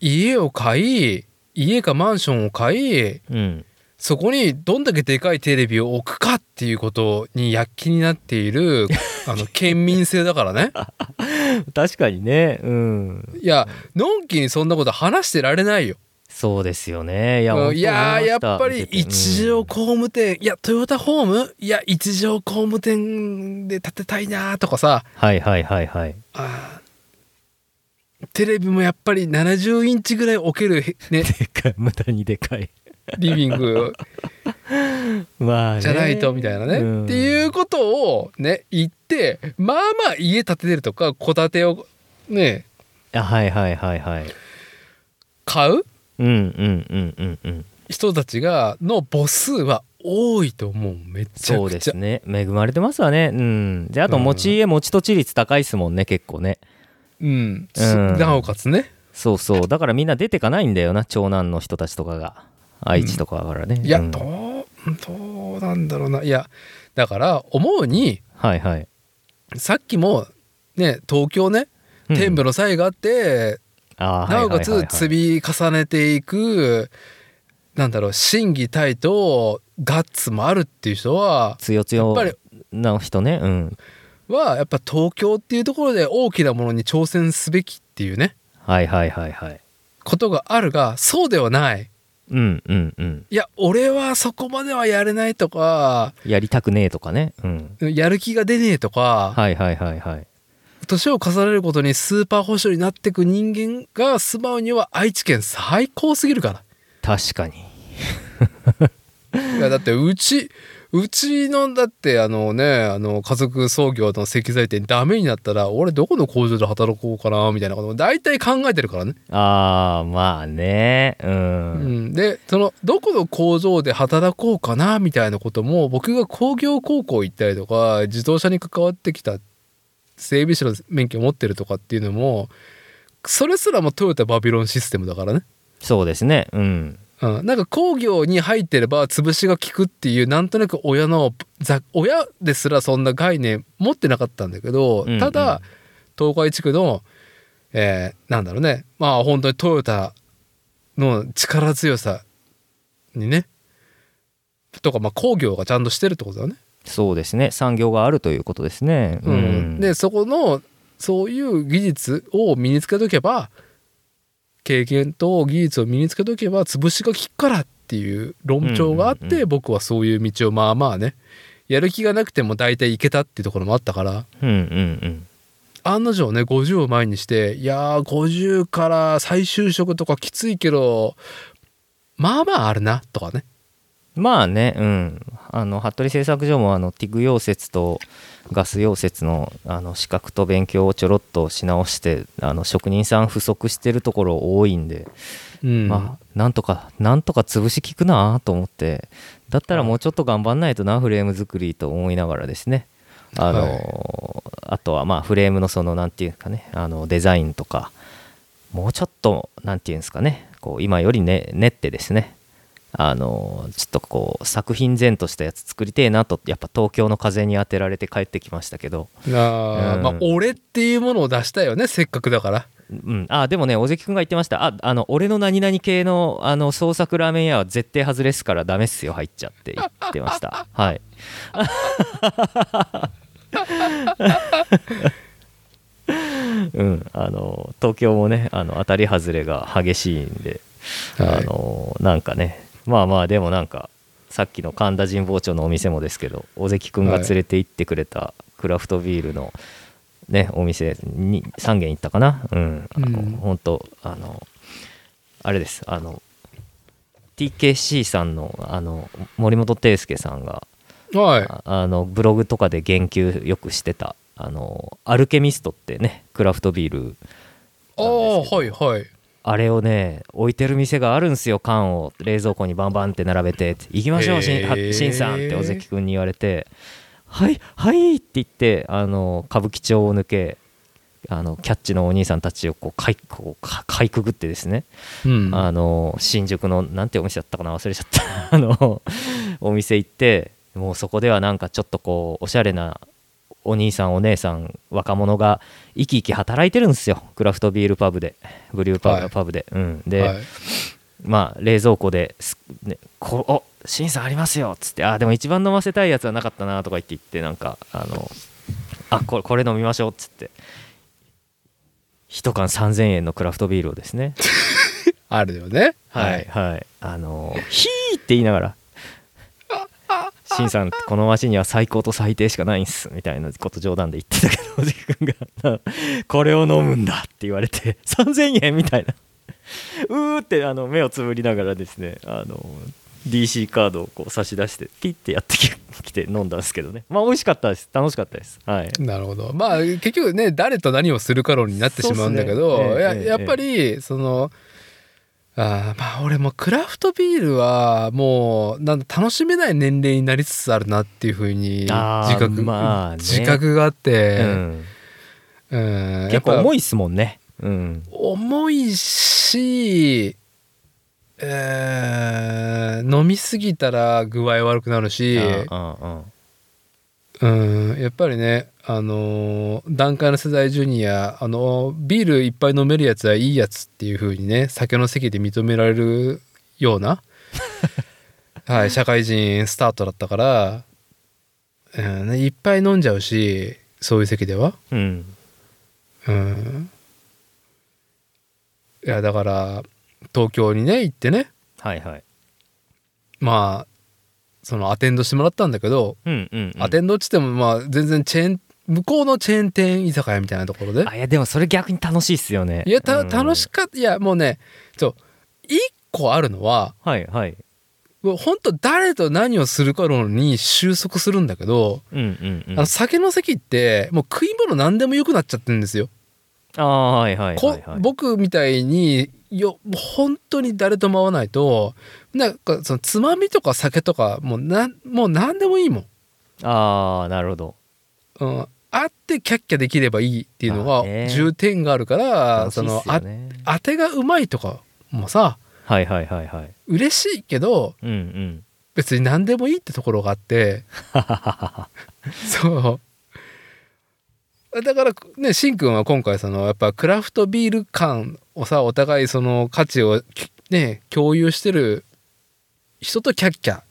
[SPEAKER 2] 家を買い家かマンションを買い
[SPEAKER 1] うん
[SPEAKER 2] そこにどんだけでかいテレビを置くかっていうことに躍起になってい るあの県民性だからね
[SPEAKER 1] 確かにねうん
[SPEAKER 2] いやのんきにそんなこと話してられないよ
[SPEAKER 1] そうですよねいや,、
[SPEAKER 2] うんいやーやっぱり
[SPEAKER 1] 見てて
[SPEAKER 2] 一条工務店いやトヨタホームいや一条工務店で建てたいなーとかさ
[SPEAKER 1] はいはいはいはい
[SPEAKER 2] あーテレビもやっぱり70インチぐらい置けるへ、 ね、
[SPEAKER 1] でかい無駄にでかい
[SPEAKER 2] リビング
[SPEAKER 1] まあね
[SPEAKER 2] じゃないとみたいなね、
[SPEAKER 1] うん
[SPEAKER 2] っていうことをね言ってまあまあ家建ててるとか戸建てをね
[SPEAKER 1] あはいはいはいはい
[SPEAKER 2] 買う
[SPEAKER 1] うんうんうんうんうん
[SPEAKER 2] 人たちがの母数は多いと思うめちゃ
[SPEAKER 1] そう
[SPEAKER 2] く
[SPEAKER 1] で
[SPEAKER 2] ちゃ
[SPEAKER 1] すね恵まれてますわねうんであと
[SPEAKER 2] うん
[SPEAKER 1] 持ち家持ち土地率高いですもんね結構ね
[SPEAKER 2] うん、そ
[SPEAKER 1] うん
[SPEAKER 2] なおかつね
[SPEAKER 1] そうそうだからみんな出てかないんだよな長男の人たちとかが愛知とかからね、
[SPEAKER 2] いや、
[SPEAKER 1] うん
[SPEAKER 2] どうどうなんだろうないやだから思うに
[SPEAKER 1] はいはい
[SPEAKER 2] さっきもね東京ね
[SPEAKER 1] うん
[SPEAKER 2] 天部の際があって、
[SPEAKER 1] あー
[SPEAKER 2] なおか
[SPEAKER 1] はい
[SPEAKER 2] つ
[SPEAKER 1] はいはいはい
[SPEAKER 2] 積み重ねていくなんだろう心技体とガッツもあるっていう人は
[SPEAKER 1] つよつ
[SPEAKER 2] やっ
[SPEAKER 1] よ
[SPEAKER 2] ぱり
[SPEAKER 1] な人ねうん
[SPEAKER 2] はやっぱ東京っていうところで大きなものに挑戦すべきっていうね
[SPEAKER 1] はいはいはいはい
[SPEAKER 2] ことがあるがそうではない
[SPEAKER 1] うんうんうん
[SPEAKER 2] いや俺はそこまではやれないとか
[SPEAKER 1] やりたくねえとかねうん
[SPEAKER 2] やる気が出ねえとか、
[SPEAKER 1] はいはいはいはい
[SPEAKER 2] 年を重ねることにスーパー保守になってく人間が住まうには愛知県最高すぎるか
[SPEAKER 1] 確かに
[SPEAKER 2] らいやだってうちうちのだってあのねあの家族創業の石材店ダメになったら俺どこの工場で働こうかなみたいなことも大体考えてるからね、
[SPEAKER 1] あーまあねうん、
[SPEAKER 2] うん、でそのどこの工場で働こうかなみたいなことも僕が工業高校行ったりとか自動車に関わってきた整備士の免許を持ってるとかっていうのもそれすらもトヨタバビロンシステムだからね
[SPEAKER 1] そうですねうん
[SPEAKER 2] うん、なんか工業に入ってれば潰しが効くっていうなんとなく親のざ親ですらそんな概念持ってなかったんだけど、
[SPEAKER 1] うんうん
[SPEAKER 2] ただ東海地区の、えーなんだろうねまあ本当にトヨタの力強さにねとかまあ工業がちゃんとしてるってことだよね。
[SPEAKER 1] そうですね産業があるということですね
[SPEAKER 2] うんでそこのそういう技術を身につけとけば経験と技術を身につけとけば潰しが効くからっていう論調があって、
[SPEAKER 1] うんうんうん
[SPEAKER 2] 僕はそういう道をまあまあねやる気がなくても大体いけたっていうところもあったから
[SPEAKER 1] うんうん
[SPEAKER 2] 案の定ね50を前にしていやー50から再就職とかきついけどまあまああるなとかね
[SPEAKER 1] うんまあねうんあの服部製作所もあのティグ溶接とガス溶接のあの資格と勉強をちょろっとし直してあの職人さん不足してるところ多いんで、
[SPEAKER 2] うん、
[SPEAKER 1] まあなんとかなんとか潰し効くなと思ってだったらもうちょっと頑張んないとなフレーム作りと思いながらですねあの、あとはまあフレームのそのなんていうかねあのデザインとかもうちょっとなんていうんですかねこう今よりね練ってですねあのちょっとこう作品前としたやつ作りてえなとやっぱ東京の風に当てられて帰ってきましたけど、
[SPEAKER 2] あー
[SPEAKER 1] うん
[SPEAKER 2] まあ俺っていうものを出したいよねせっかくだから
[SPEAKER 1] うん、あでもね尾関君が言ってましたああの俺の何々系のあの創作ラーメン屋は絶対外れっすからダメっすよ入っちゃって言ってましたはいうんあの東京もねあの当たり外れが激しいんで、
[SPEAKER 2] はい
[SPEAKER 1] あのなんかねまあまあでもなんかさっきの神田神保町のお店もですけど尾関君が連れて行ってくれたクラフトビールの、ね、お店に3軒行ったかなうん、あの
[SPEAKER 2] うん
[SPEAKER 1] 本当あのあれですあの TKC さんのあの森本圭介さんが
[SPEAKER 2] はい
[SPEAKER 1] ああのブログとかで言及よくしてたあのアルケミストってねクラフトビール
[SPEAKER 2] あ
[SPEAKER 1] なん
[SPEAKER 2] あ
[SPEAKER 1] ですけど
[SPEAKER 2] はいはい
[SPEAKER 1] あれをね置いてる店があるんすよ缶を冷蔵庫にバンバンって並べてって「行きましょうし
[SPEAKER 2] へ
[SPEAKER 1] ん
[SPEAKER 2] ー
[SPEAKER 1] はしんさん」って尾関君に言われて「はいはい」って言ってあの歌舞伎町を抜けあのキャッチのお兄さんたちをこうかいこうかかいくぐってですね
[SPEAKER 2] うん
[SPEAKER 1] あの新宿のなんてお店だったかな忘れちゃった あのお店行ってもうそこではなんかちょっとこうおしゃれなお兄さんお姉さん若者が生き生き働いてるんですよクラフトビールパブでブリューパブ,、
[SPEAKER 2] はい
[SPEAKER 1] パブで、うん、で、
[SPEAKER 2] はい
[SPEAKER 1] まあ冷蔵庫です、ね、こおシンさんありますよっつってあーでも一番飲ませたいやつはなかったなとか言って言ってなんかあのあこれこれ飲みましょうっつって一缶3000円のクラフトビールをですね
[SPEAKER 2] あるよね
[SPEAKER 1] はいはいあの「ひー」って言いながら「しんさんこの街には最高と最低しかないんす」みたいなこと冗談で言ってたけどおじくんが 「これを飲むんだ」って言われて3,000円 みたいな うーってあの目をつぶりながらですねあの DC カードをこう差し出してピッてやってききて飲んだんですけどねまあ美味しかったです楽しかったですはい
[SPEAKER 2] なるほどまあ結局ね誰と何をするか論になってしまうんだけど、
[SPEAKER 1] そうっすねええ
[SPEAKER 2] や
[SPEAKER 1] ええ
[SPEAKER 2] やっぱりそのあーまあ俺もクラフトビールはもうなんだ楽しめない年齢になりつつあるなっていうふうに自
[SPEAKER 1] あー
[SPEAKER 2] 覚、
[SPEAKER 1] まあね
[SPEAKER 2] 自覚があって、
[SPEAKER 1] うん
[SPEAKER 2] うんや
[SPEAKER 1] 結
[SPEAKER 2] っぱ
[SPEAKER 1] 構重いっすもんねうん
[SPEAKER 2] 重いし、えー飲みすぎたら具合悪くなるし
[SPEAKER 1] うんうん
[SPEAKER 2] うんやっぱりねあのー団塊の世代ジュニアあのービールいっぱい飲めるやつはいいやつっていう風にね酒の席で認められるような、はい、社会人スタートだったから、うんね、いっぱい飲んじゃうしそういう席では。
[SPEAKER 1] うん
[SPEAKER 2] うんいやだから東京にね行ってね
[SPEAKER 1] はいはい
[SPEAKER 2] まあそのアテンドしてもらったんだけど、
[SPEAKER 1] うんうんうん
[SPEAKER 2] アテンドっつってもまあ全然チェーン向こうのチェーン店居酒屋みたいなところで
[SPEAKER 1] あいやでもそれ逆に楽しいっすよね
[SPEAKER 2] いやた、
[SPEAKER 1] うん
[SPEAKER 2] 楽しかったいやもうねそう一個あるのは
[SPEAKER 1] はいはい
[SPEAKER 2] もうほんと誰と何をするか論に収束するんだけど、
[SPEAKER 1] うんうんうん
[SPEAKER 2] あの酒の席ってもう食い物何でもよくなっちゃってるんですよ。
[SPEAKER 1] ああはいはい
[SPEAKER 2] こ
[SPEAKER 1] はいはい
[SPEAKER 2] 僕みたいによもう本当に誰とも会わないとなんかそのつまみとか酒とかもうなんもう何でもいいもん、
[SPEAKER 1] ああなるほど
[SPEAKER 2] うん、会ってキャッキャできればいいっていうのが
[SPEAKER 1] まあね
[SPEAKER 2] 重点があるから、
[SPEAKER 1] 楽し
[SPEAKER 2] そ
[SPEAKER 1] いっ
[SPEAKER 2] の
[SPEAKER 1] すよ
[SPEAKER 2] あ
[SPEAKER 1] ね
[SPEAKER 2] 当てがうまいとかもさ
[SPEAKER 1] はいはいはいはい
[SPEAKER 2] 嬉しいけど
[SPEAKER 1] うんうん
[SPEAKER 2] 別に何でもいいってところが あって
[SPEAKER 1] はははは
[SPEAKER 2] そうだからねしんくんは今回そのやっぱクラフトビール感をさお互いその価値をきね共有してる人とキャッキャ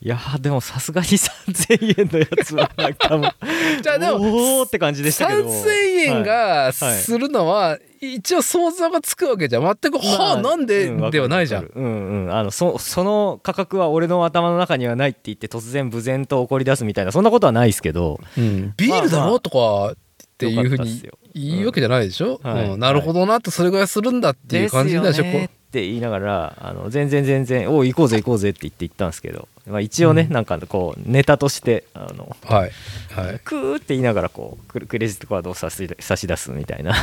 [SPEAKER 1] いやーでもさすがに3000円のやつ はなんかもう
[SPEAKER 2] じゃあでも
[SPEAKER 1] おーって感じでしたけど
[SPEAKER 2] 3,000円
[SPEAKER 1] はい
[SPEAKER 2] がするのは一応想像がつくわけじゃん全く「
[SPEAKER 1] ま
[SPEAKER 2] はあ
[SPEAKER 1] あ
[SPEAKER 2] なんで?
[SPEAKER 1] う」わかる
[SPEAKER 2] ではないじゃん
[SPEAKER 1] わ。かるうんうんあのそその価格は俺の頭の中にはないって言って突然無然と怒り出すみたいなそんなことはないですけど
[SPEAKER 2] うんビールだろとかっていうふう
[SPEAKER 1] よかったっ
[SPEAKER 2] に
[SPEAKER 1] すよ
[SPEAKER 2] 言うわけじゃないでしょ、
[SPEAKER 1] うんはい
[SPEAKER 2] うんなるほどなってそれぐらいするんだっていう感じなんでしょ
[SPEAKER 1] ですよねって言いながらあの全然全然おう行こうぜ行こうぜって言って行ったんですけど、まあ、一応ね、
[SPEAKER 2] うん
[SPEAKER 1] なんかこうネタとしてあの
[SPEAKER 2] こうはいはい
[SPEAKER 1] クーって言いながらこうクレクレジットカードを差し差し出すみたいな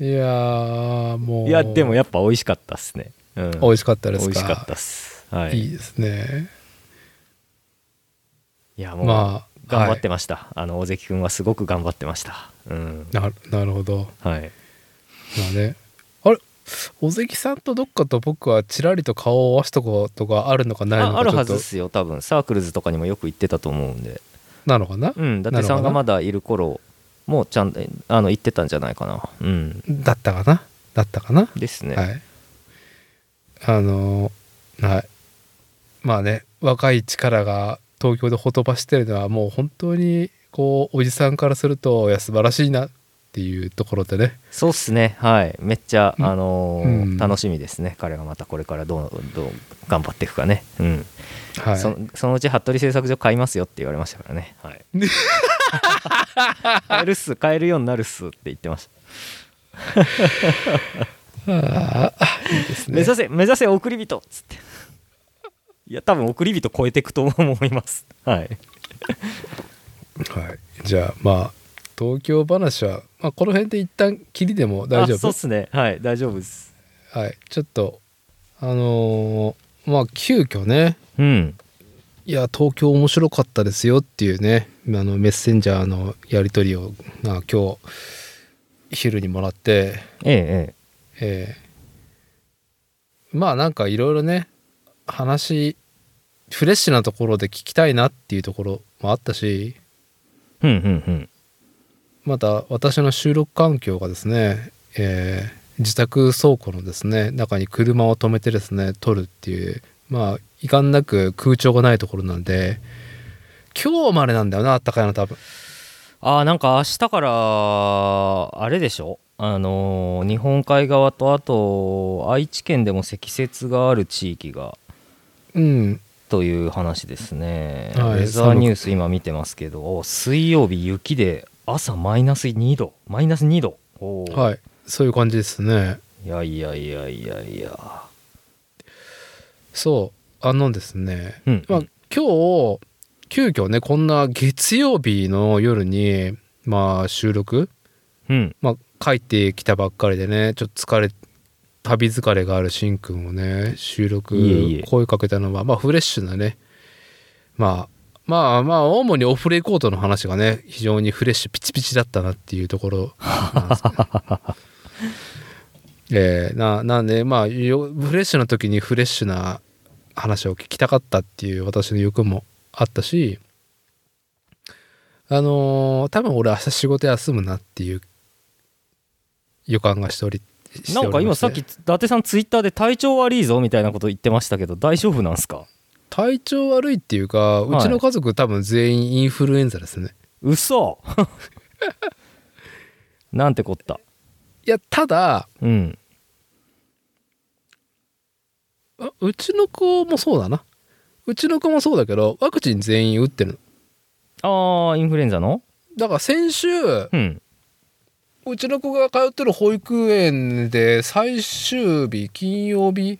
[SPEAKER 2] いやーもう
[SPEAKER 1] いやでもやっぱ美味しかったっすね、うん、
[SPEAKER 2] 美味しかったですか
[SPEAKER 1] 美味しかったっすはい
[SPEAKER 2] い
[SPEAKER 1] い
[SPEAKER 2] いですね
[SPEAKER 1] やもう、
[SPEAKER 2] まあ
[SPEAKER 1] 頑張っ
[SPEAKER 2] は
[SPEAKER 1] てました、あの尾関君はすごく頑張ってましたうん
[SPEAKER 2] い、ななるほど
[SPEAKER 1] はい
[SPEAKER 2] まあねあれ尾関さんとどっかと僕はちらりと顔を合わせとことかあるのかないの
[SPEAKER 1] あ
[SPEAKER 2] か
[SPEAKER 1] あるは
[SPEAKER 2] ち
[SPEAKER 1] ず
[SPEAKER 2] ょ
[SPEAKER 1] っ
[SPEAKER 2] っと
[SPEAKER 1] すよ多分サークルズとかにもよく行ってたと思うんで
[SPEAKER 2] なのかな、
[SPEAKER 1] うん、伊達さん
[SPEAKER 2] なるほど
[SPEAKER 1] が
[SPEAKER 2] ね
[SPEAKER 1] まだいる頃もうちゃんとあの行ってたんじゃないかな。うん、
[SPEAKER 2] だったかなだったかな、
[SPEAKER 1] ですね。
[SPEAKER 2] はいあのーはいまあね若い力が東京でほとばしてるのはもう本当にこうおじさんからするといや素晴らしいなっていうところでね
[SPEAKER 1] そうっすねはいめっちゃ、
[SPEAKER 2] うん
[SPEAKER 1] あのー
[SPEAKER 2] うん
[SPEAKER 1] 楽しみですね彼がまたこれからどうどう頑張っていくかねうん、
[SPEAKER 2] はい
[SPEAKER 1] そそのうち服部製作所買いますよって言われましたからねはい 買えるっす買えるようになるっすって言ってました
[SPEAKER 2] ああいいです
[SPEAKER 1] 目
[SPEAKER 2] ね
[SPEAKER 1] 指せ目指せ送り人っつっていや多分送り人超えていくと思いますはい
[SPEAKER 2] はいじゃあまあ東京話は、まあ、この辺で一旦切りでも大丈
[SPEAKER 1] あそう
[SPEAKER 2] 夫
[SPEAKER 1] っすねはい大丈夫です
[SPEAKER 2] はいちょっとあのーまあ急遽ね
[SPEAKER 1] うん
[SPEAKER 2] いや東京面白かったですよっていうねあのメッセンジャーのやり取りを、まあ、今日昼にもらって
[SPEAKER 1] えええ
[SPEAKER 2] ええまあなんかいろいろね話フレッシュなところで聞きたいなっていうところもあったし
[SPEAKER 1] えうんうんうん
[SPEAKER 2] また私の収録環境がですね、ええ自宅倉庫のですね中に車を止めてですね撮るっていうまあいかんなく空調がないところなんで今日までなんだよなあったかいの多分
[SPEAKER 1] あーなんか明日からあれでしょあのー日本海側とあと愛知県でも積雪がある地域が
[SPEAKER 2] うん
[SPEAKER 1] という話ですね、
[SPEAKER 2] はい
[SPEAKER 1] ウェザーニュース今見てますけどお水曜日雪で朝マイナス2度マイナス2度おー
[SPEAKER 2] はいそういう感じですね
[SPEAKER 1] いやいやいやいやいや
[SPEAKER 2] そうあのですね
[SPEAKER 1] うん、
[SPEAKER 2] まあ、今日急遽ねこんな月曜日の夜に、まあ、収録、
[SPEAKER 1] うん
[SPEAKER 2] まあ、帰ってきたばっかりでねちょっと疲れ旅疲れがあるしんくんをね収録
[SPEAKER 1] いえいえ
[SPEAKER 2] 声かけたのはまあ、フレッシュなねまあまあまあ主にオフレコードの話がね非常にフレッシュピチピチだったなっていうと ころなんですねえーななんでまあよフレッシュな時にフレッシュな話を聞きたかったっていう私の欲もあったしあのー多分俺明日仕事休むなっていう予感がしておりして
[SPEAKER 1] な
[SPEAKER 2] おり
[SPEAKER 1] んか
[SPEAKER 2] ま
[SPEAKER 1] 今
[SPEAKER 2] して
[SPEAKER 1] さっき伊達さんツイッターで体調悪いぞみたいなこと言ってましたけど大丈夫なんすか
[SPEAKER 2] 体調悪いっていうかう
[SPEAKER 1] はい
[SPEAKER 2] ちの家族多分全員インフルエンザですね、
[SPEAKER 1] 嘘 なんてこった
[SPEAKER 2] いやただ
[SPEAKER 1] うん
[SPEAKER 2] あうちの子もそうだなうちの子もそうだけどワクチン全員打ってるの
[SPEAKER 1] あーインフルエンザの
[SPEAKER 2] だから先週
[SPEAKER 1] うん
[SPEAKER 2] うちの子が通ってる保育園で最終日金曜日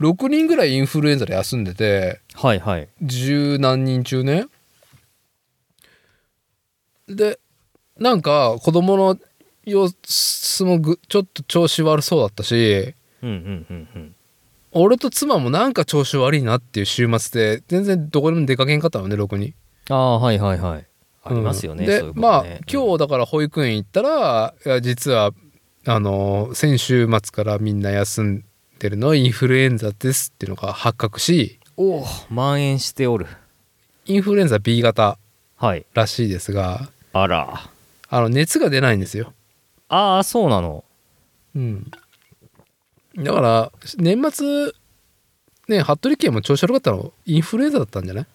[SPEAKER 2] 6人ぐらいインフルエンザで休んでて
[SPEAKER 1] はいはい
[SPEAKER 2] 十何人中ねでなんか子供の様子もぐちょっと調子悪そうだったし
[SPEAKER 1] うんうんうんうん
[SPEAKER 2] 俺と妻もなんか調子悪いなっていう週末で全然どこにも出かけんかったのね6人
[SPEAKER 1] ああはいはいはいありますよね、
[SPEAKER 2] うんで
[SPEAKER 1] そういうことね
[SPEAKER 2] まあ今日だから保育園行ったら、いや実はあの先週末からみんな休んでるのはインフルエンザですっていうのが発覚し
[SPEAKER 1] おお蔓延しておる
[SPEAKER 2] インフルエンザ B 型
[SPEAKER 1] はい
[SPEAKER 2] らしいですが
[SPEAKER 1] あら
[SPEAKER 2] あの熱が出ないんですよ、
[SPEAKER 1] ああそうなの
[SPEAKER 2] うん、だから年末ね服部家も調子悪かったのインフルエンザだったんじゃない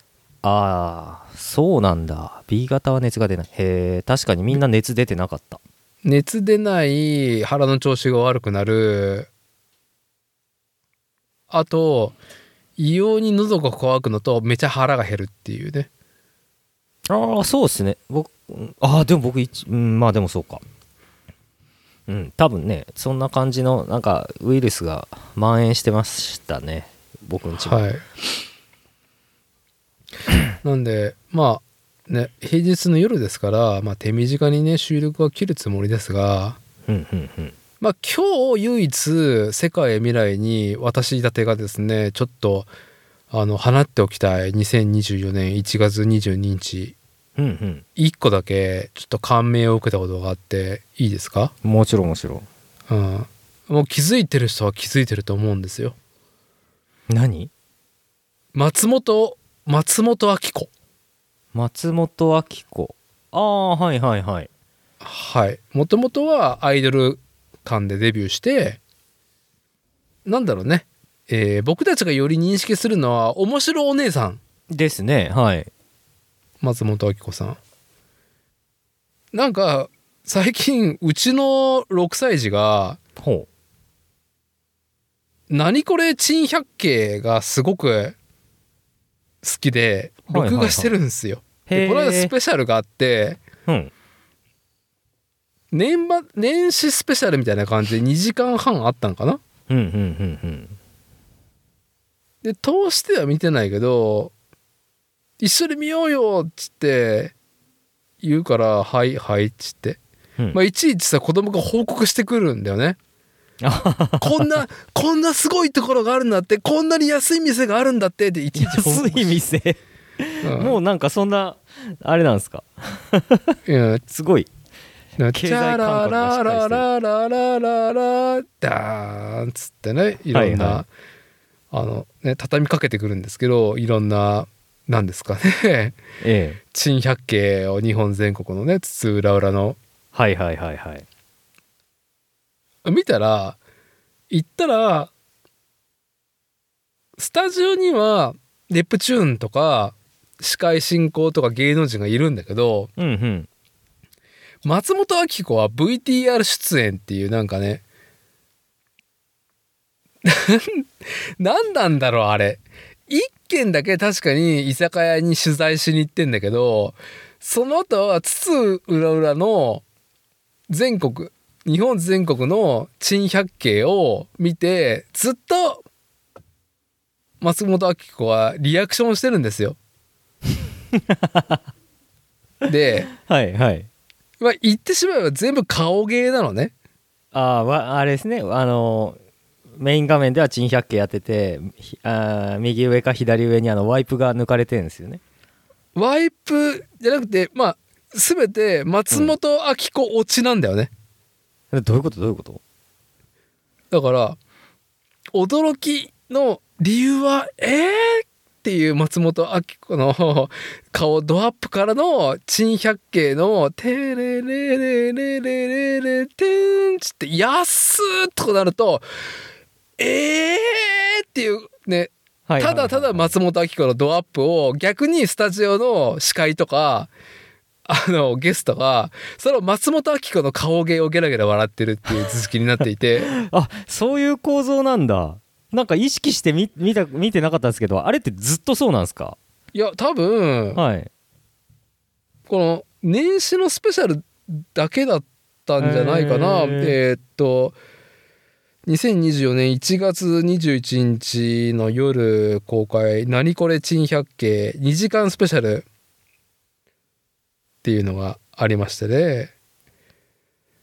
[SPEAKER 1] ああそうなんだ B 型は熱が出ないへえ確かにみんな熱出てなかった
[SPEAKER 2] 熱出ない腹の調子が悪くなるあと異様に喉が乾くのとめちゃ腹が減るっていうね
[SPEAKER 1] ああそうですね僕うんああでも僕一うんまあでもそうかうん多分ねそんな感じのなんかウイルスが蔓延してましたね僕んちも、
[SPEAKER 2] はいなんでまあね平日の夜ですから、まあ、手短にね収録は切るつもりですが
[SPEAKER 1] うんうんうん
[SPEAKER 2] まあ今日唯一世界未来に私立てがですねちょっとあの放っておきたい2024年1月22日
[SPEAKER 1] うんうん
[SPEAKER 2] 一個だけちょっと感銘を受けたことがあっていいですか、
[SPEAKER 1] もちろんもちろん
[SPEAKER 2] うん、もう気づいてる人は気づいてると思うんですよ
[SPEAKER 1] 何
[SPEAKER 2] 松本松本明子
[SPEAKER 1] 松本明子ああはいはいはい
[SPEAKER 2] はいもともとはアイドル間でデビューしてなんだろうね、えー僕たちがより認識するのは面白お姉さん
[SPEAKER 1] ですねはい
[SPEAKER 2] 松本明子さんなんか最近うちの6歳児が
[SPEAKER 1] ほ
[SPEAKER 2] 「何これ珍百景」がすごく好きで
[SPEAKER 1] はいはい
[SPEAKER 2] 録画してるんですよ。
[SPEAKER 1] うへ
[SPEAKER 2] でこの間ス
[SPEAKER 1] え
[SPEAKER 2] ペシャルがあって
[SPEAKER 1] うん
[SPEAKER 2] 年末年始スペシャルみたいな感じで2時間半あったんかな
[SPEAKER 1] うんうんうんうん
[SPEAKER 2] で通しては見てないけど「一緒に見ようよ」っつって言うから「はいはい」っつって、
[SPEAKER 1] うん
[SPEAKER 2] まあ、いちいちさ子供が報告してくるんだ よねこんなこんなすごいところがあるんだってこんなに安い店があるんだってっていちいち報
[SPEAKER 1] 安
[SPEAKER 2] 告
[SPEAKER 1] い店
[SPEAKER 2] うん
[SPEAKER 1] もうなんかそんなあれなんですか
[SPEAKER 2] うん
[SPEAKER 1] すごい
[SPEAKER 2] チ
[SPEAKER 1] 経
[SPEAKER 2] ャ
[SPEAKER 1] 済感
[SPEAKER 2] ラ
[SPEAKER 1] 覚がしっかりしてる
[SPEAKER 2] ラララララララダーンっつってねいろんな、
[SPEAKER 1] はいは
[SPEAKER 2] あのね畳みかけてくるんですけどいろんななんですかね
[SPEAKER 1] ええ
[SPEAKER 2] 珍百景を日本全国のね津々浦々の
[SPEAKER 1] はいはいはいはい
[SPEAKER 2] 見たら行ったらスタジオにはネプチューンとか司会進行とか芸能人がいるんだけど
[SPEAKER 1] うんうん
[SPEAKER 2] 松本明子は VTR 出演っていうなんかね なんなんだろうあれ一軒だけ確かに居酒屋に取材しに行ってんだけどその後は津々浦々の全国日本全国の珍百景を見てずっと松本明子はリアクションしてるんですよ。で
[SPEAKER 1] はいはい
[SPEAKER 2] まあ、言ってしまえば全部顔芸なのね。
[SPEAKER 1] ああわあれですねあのメイン画面では珍百景やっててひあー右上か左上にあのワイプが抜かれてるんですよね
[SPEAKER 2] ワイプじゃなくて、まあ、すべて松本明子オチなんだよね。
[SPEAKER 1] どういうことどういうこと
[SPEAKER 2] だから、驚きの理由は、えーっていう松本明子の 顔ドアップからの珍百景の、てれれれれれれれてーんちって、やっすーとかなると、えーっていうね、
[SPEAKER 1] はいはいはい
[SPEAKER 2] た
[SPEAKER 1] は
[SPEAKER 2] だ
[SPEAKER 1] い
[SPEAKER 2] ただ松本明子のドアップを逆にスタジオの司会とかあのゲストがその松本明子の顔芸をゲラゲラ笑ってるっていう続きになって いて
[SPEAKER 1] あそういう構造なんだなんか意識して見見た見てなかったんですけどあれってずっとそうなんですか
[SPEAKER 2] いや多分
[SPEAKER 1] はい
[SPEAKER 2] この年始のスペシャルだけだったんじゃないかな
[SPEAKER 1] へー
[SPEAKER 2] えーっと2024年1月21日の夜公開「何これ珍百景」2時間スペシャルっていうのがありましてね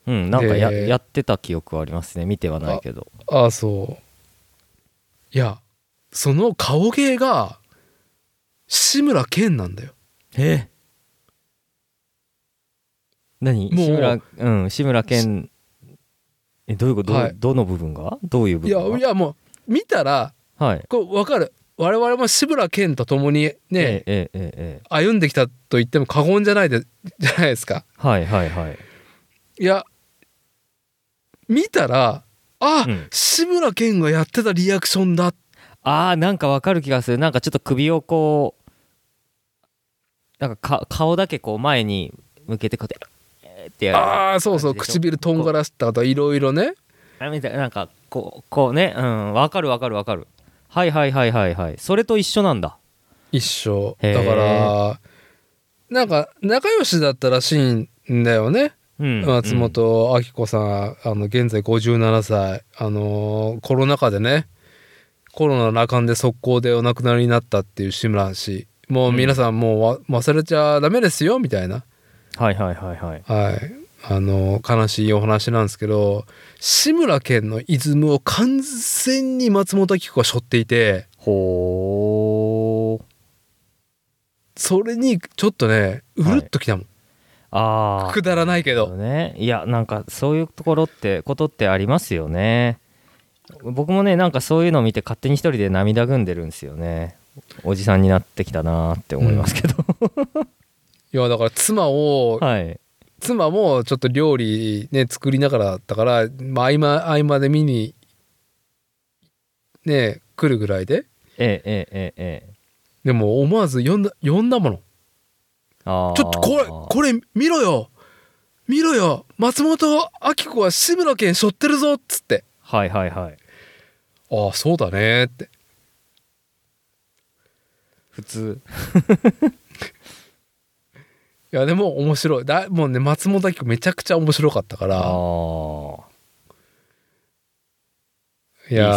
[SPEAKER 1] うんなんかや
[SPEAKER 2] で
[SPEAKER 1] やってた記憶はありますね見てはないけど
[SPEAKER 2] ああそういやその顔芸が志村けんなんだよ
[SPEAKER 1] え何
[SPEAKER 2] もう
[SPEAKER 1] 志村うん志村けんえどういうこと、どう
[SPEAKER 2] はい
[SPEAKER 1] どの部分がどういう部
[SPEAKER 2] いや
[SPEAKER 1] 分が
[SPEAKER 2] いやもう見たら
[SPEAKER 1] はい
[SPEAKER 2] こう分かる我々も志村けんと共にね、
[SPEAKER 1] ええええええ
[SPEAKER 2] 歩んできたと言っても過言じゃないでじゃないですか
[SPEAKER 1] はいはいはい
[SPEAKER 2] いや見たらあ、
[SPEAKER 1] うん
[SPEAKER 2] 志村けんがやってたリアクションだ
[SPEAKER 1] あーなんかわかる気がするなんかちょっと首をこうなんかか顔だけこう前に向けてこうやってえーってやる
[SPEAKER 2] ああそうそう
[SPEAKER 1] 感じでしょ
[SPEAKER 2] 唇とんがらしたといろいろね
[SPEAKER 1] あみたいななんかこうこうねうんわかるわかるわかるはいはいはいはいはいそれと一緒なんだ
[SPEAKER 2] 一緒
[SPEAKER 1] へー
[SPEAKER 2] だからなんか仲良しだったらしいんだよね、
[SPEAKER 1] うん
[SPEAKER 2] 松本明子さんあの現在57歳あのーコロナ禍でねコロナの羅漢で速攻でお亡くなりになったっていう志村氏もう皆さんもうわ忘れちゃダメですよみたいな、
[SPEAKER 1] うんはいはいはいはい
[SPEAKER 2] はいあのー悲しいお話なんですけど志村けんのイズムを完全に松本明子が背負っていて。
[SPEAKER 1] ほー
[SPEAKER 2] それにちょっとねう
[SPEAKER 1] はい
[SPEAKER 2] るっときたもん、
[SPEAKER 1] ああ
[SPEAKER 2] くだらないけど、
[SPEAKER 1] ねいやなんかそういうところってことってありますよね僕もねなんかそういうのを見て勝手に一人で涙ぐんでるんですよねおじさんになってきたなーって思いますけど、
[SPEAKER 2] いやだから妻を
[SPEAKER 1] はい
[SPEAKER 2] 妻もちょっと料理ね作りながらだったから、まあ、合間合間で見にね来るぐらいで
[SPEAKER 1] ええええええ
[SPEAKER 2] でも思わず呼んだ呼んだもの
[SPEAKER 1] あー
[SPEAKER 2] ちょっとこれこれ見ろよ見ろよ松本明子は志村けん背負ってるぞ」っつって
[SPEAKER 1] はいはいはい
[SPEAKER 2] 「ああそうだね」って
[SPEAKER 1] 普通
[SPEAKER 2] いやでも面白いだもうね松本明子めちゃくちゃ面白かったか
[SPEAKER 1] あ
[SPEAKER 2] ら
[SPEAKER 1] ー
[SPEAKER 2] いや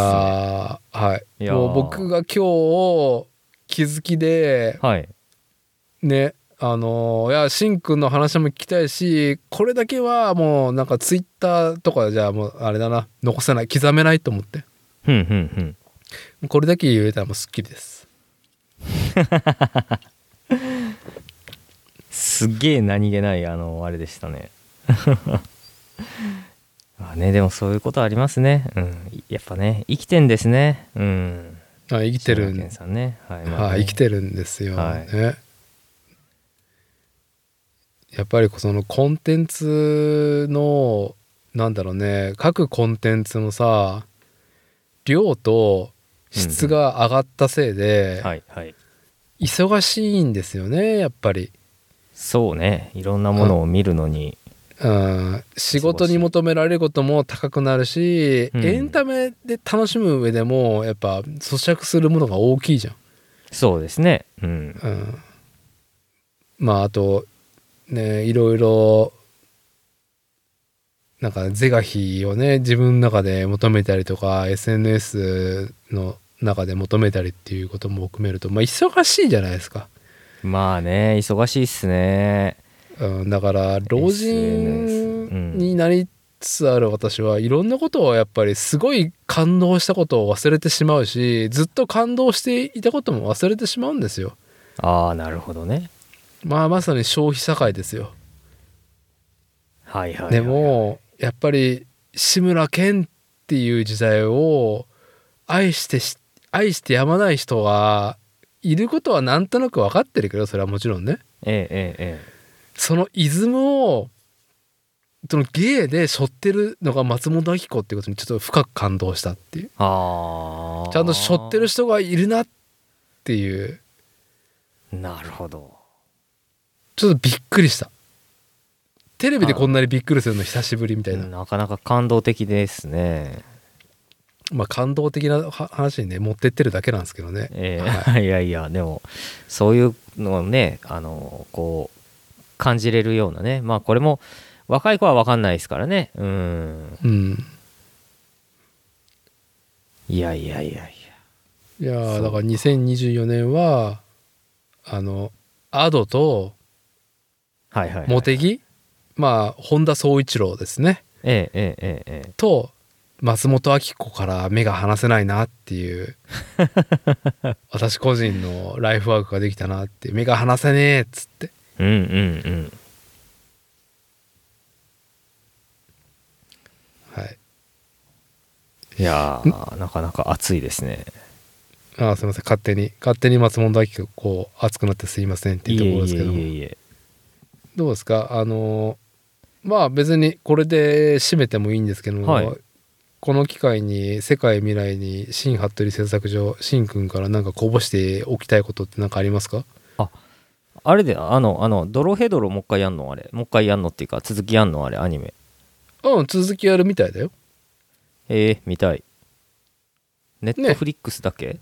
[SPEAKER 2] ーはい
[SPEAKER 1] いやー
[SPEAKER 2] もう僕が今日気づきで
[SPEAKER 1] はい
[SPEAKER 2] ねあのーいやしんくんの話も聞きたいしこれだけはもうなんかツイッターとかじゃもうあれだな残せない刻めないと思って
[SPEAKER 1] ふんふんふん
[SPEAKER 2] これだけ言えたらもうすっきりです
[SPEAKER 1] すっげえ何気ないあのあれでしたね まあねでもそういうことありますねうんやっぱね生きてんですねうん
[SPEAKER 2] あ生きてる
[SPEAKER 1] 島
[SPEAKER 2] ん
[SPEAKER 1] 根県さんねはい、
[SPEAKER 2] はい、生きてるんですよ、
[SPEAKER 1] はい
[SPEAKER 2] ねやっぱりそのコンテンツのなんだろうね各コンテンツのさ量と質が上がったせいで、
[SPEAKER 1] はいはい
[SPEAKER 2] 忙しいんですよねやっぱり、
[SPEAKER 1] そうねいろんなものを見るのに、
[SPEAKER 2] うん、仕事に求められることも高くなるし、
[SPEAKER 1] うん
[SPEAKER 2] エンタメで楽しむ上でもやっぱ咀嚼するものが大きいじゃん
[SPEAKER 1] そうですねうん
[SPEAKER 2] うん、まああとねいろいろなんか是が非をね自分の中で求めたりとか SNS の中で求めたりっていうことも含めると、まあ、忙しいじゃないですか、
[SPEAKER 1] まあね忙しいっすね
[SPEAKER 2] うん、だから老
[SPEAKER 1] SNS う
[SPEAKER 2] 人
[SPEAKER 1] ん
[SPEAKER 2] になりつつある私はいろんなことをやっぱりすごい感動したことを忘れてしまうしずっと感動していたことも忘れてしまうんですよ。
[SPEAKER 1] ああなるほどね
[SPEAKER 2] まあまさに消費社会ですよ。
[SPEAKER 1] はいはいはい
[SPEAKER 2] でもやっぱり志村けんっていう時代を愛してし愛してやまない人がいることはなんとなく分かってるけどそれはもちろんね
[SPEAKER 1] ええええ
[SPEAKER 2] そのイズムをその芸で背負ってるのが松本明子っていうことにちょっと深く感動したっていう
[SPEAKER 1] ああ
[SPEAKER 2] ちゃんと背負ってる人がいるなっていう
[SPEAKER 1] なるほど
[SPEAKER 2] ちょっとびっくりしたテレビでこんなにびっくりするの久しぶりみたいな
[SPEAKER 1] なかなか感動的ですね
[SPEAKER 2] まあ感動的なは話にね持ってってるだけなんですけどね
[SPEAKER 1] え
[SPEAKER 2] は
[SPEAKER 1] え いやいやでもそういうのをねあのこう感じれるようなねまあこれも若い子は分かんないですからねうん
[SPEAKER 2] うん
[SPEAKER 1] いやいやいやい
[SPEAKER 2] いや
[SPEAKER 1] そう
[SPEAKER 2] ー
[SPEAKER 1] か
[SPEAKER 2] だから2024年はあのアドと
[SPEAKER 1] やはいはい、はい、
[SPEAKER 2] 茂木、まあ本田宗一郎ですね
[SPEAKER 1] えええええええ
[SPEAKER 2] と松本明子から目が離せないなっていう 私個人のライフワークができたなって目が離せねえっつって
[SPEAKER 1] えうんうんうん
[SPEAKER 2] はい
[SPEAKER 1] いやーなかなか熱いですね
[SPEAKER 2] あーすいません勝手に勝手に松本明子こう熱くなってすいませんっていうところですけども
[SPEAKER 1] いえいえいえいえ
[SPEAKER 2] どうですかあのまあ別にこれで締めてもいいんですけども、
[SPEAKER 1] はい
[SPEAKER 2] この機会に世界未来に新服部製作所新くんからなんかこぼしておきたいことって何かありますか
[SPEAKER 1] あれであのあのドロヘドロもう一回やんのあれもう一回やんのっていうか続きやんのあれアニメ
[SPEAKER 2] うん続きやるみたいだよ
[SPEAKER 1] ええ見たいネットフリックスだけ、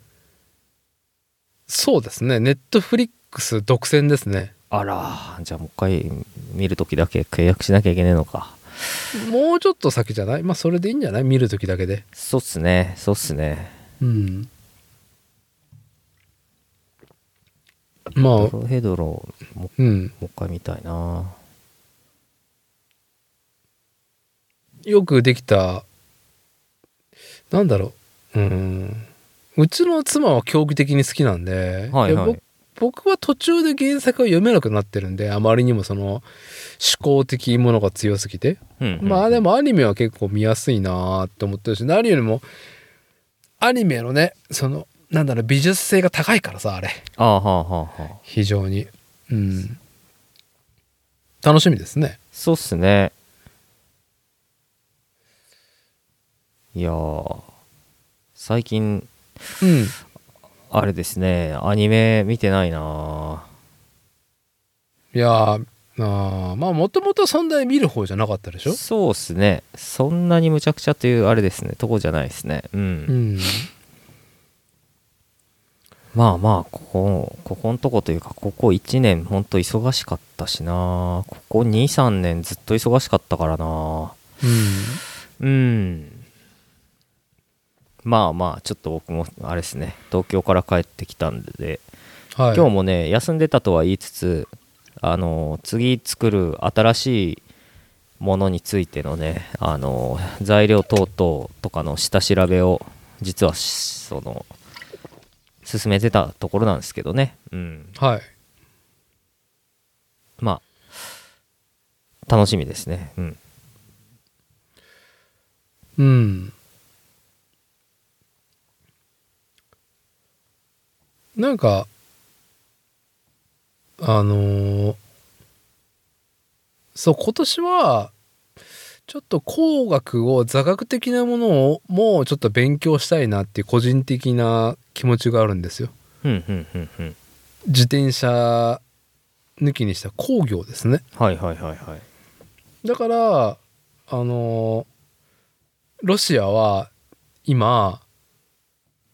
[SPEAKER 2] そうですねネットフリックス独占ですね
[SPEAKER 1] あらじゃあもう一回見るときだけ契約しなきゃいけねえのか
[SPEAKER 2] もうちょっと先じゃないまあそれでいいんじゃない見る時だけで
[SPEAKER 1] そうっすねそうっすね
[SPEAKER 2] うんま
[SPEAKER 1] ド
[SPEAKER 2] あ
[SPEAKER 1] ロヘドロも
[SPEAKER 2] うん
[SPEAKER 1] もう一回見たいな
[SPEAKER 2] よくできたなんだろううんうちの妻は教育的に好きなんで、
[SPEAKER 1] はいはい
[SPEAKER 2] やぼ僕は途中で原作が読めなくなってるんであまりにもその思考的ものが強すぎて、
[SPEAKER 1] うん、
[SPEAKER 2] まあで
[SPEAKER 1] も
[SPEAKER 2] もアニメは結構見やすいなーって思ってるし何よりもアニメのねそのなんだろう美術性が高いからさあれ
[SPEAKER 1] ああはあはあはあ
[SPEAKER 2] 非常にうん楽しみですね
[SPEAKER 1] そうっすねいやー最近
[SPEAKER 2] うん
[SPEAKER 1] あれですねアニメ見てないなあ
[SPEAKER 2] いやーああまあもともとそんなに見る方じゃなかったでしょ
[SPEAKER 1] そうっすねそんなにむちゃくちゃというあれですねとこじゃないですねうん、
[SPEAKER 2] うん
[SPEAKER 1] まあまあここここのとこというかここ1年ほんと忙しかったしなここ23年ずっと忙しかったからなうんまあまあちょっと僕もあれですね東京から帰ってきたんで
[SPEAKER 2] はい
[SPEAKER 1] 今日もね休んでたとは言いつつあの次作る新しいものについてのねあの材料等々とかの下調べを実はしその進めてたところなんですけどねうん
[SPEAKER 2] はい
[SPEAKER 1] まあ楽しみですねうん
[SPEAKER 2] うんなんかあのーそう今年はちょっと工学を座学的なものをもうちょっと勉強したいなっていう個人的な気持ちがあるんですよ。
[SPEAKER 1] うんうんうんうん
[SPEAKER 2] 自転車抜きにした工業ですね。
[SPEAKER 1] はいはいはいはい
[SPEAKER 2] だからあのロシアは今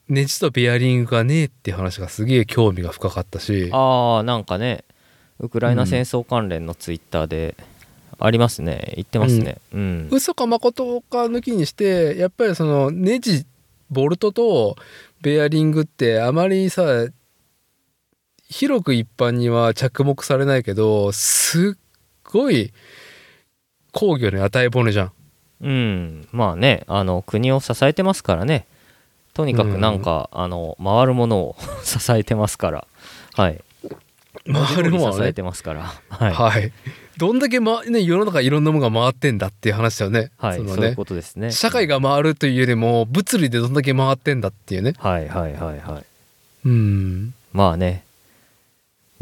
[SPEAKER 2] ネジとベアリングがねえっていう話がすげえ興味が深かったし
[SPEAKER 1] ああなんかねウクライナ戦争関連のツイッターでありますね言ってますねうん、
[SPEAKER 2] 嘘か誠か抜きにしてやっぱりそのネジボルトとベアリングってあまりさ広く一般には着目されないけどすっごい工業に与え骨じゃん。
[SPEAKER 1] うん、まあねあの国を支えてますからねとにかくなんか、あの回るものを 支えてますからはい
[SPEAKER 2] 回るもんは
[SPEAKER 1] 支
[SPEAKER 2] ね
[SPEAKER 1] えてますからはい、はい
[SPEAKER 2] はい。どんだけ、まね、世の中いろんなものが回ってんだっていう話だよね。
[SPEAKER 1] そ
[SPEAKER 2] の
[SPEAKER 1] ういうことですね
[SPEAKER 2] 社会が回るというよりも物理でどんだけ回ってんだっていうね。
[SPEAKER 1] はいはいはいはい
[SPEAKER 2] うん。
[SPEAKER 1] まあね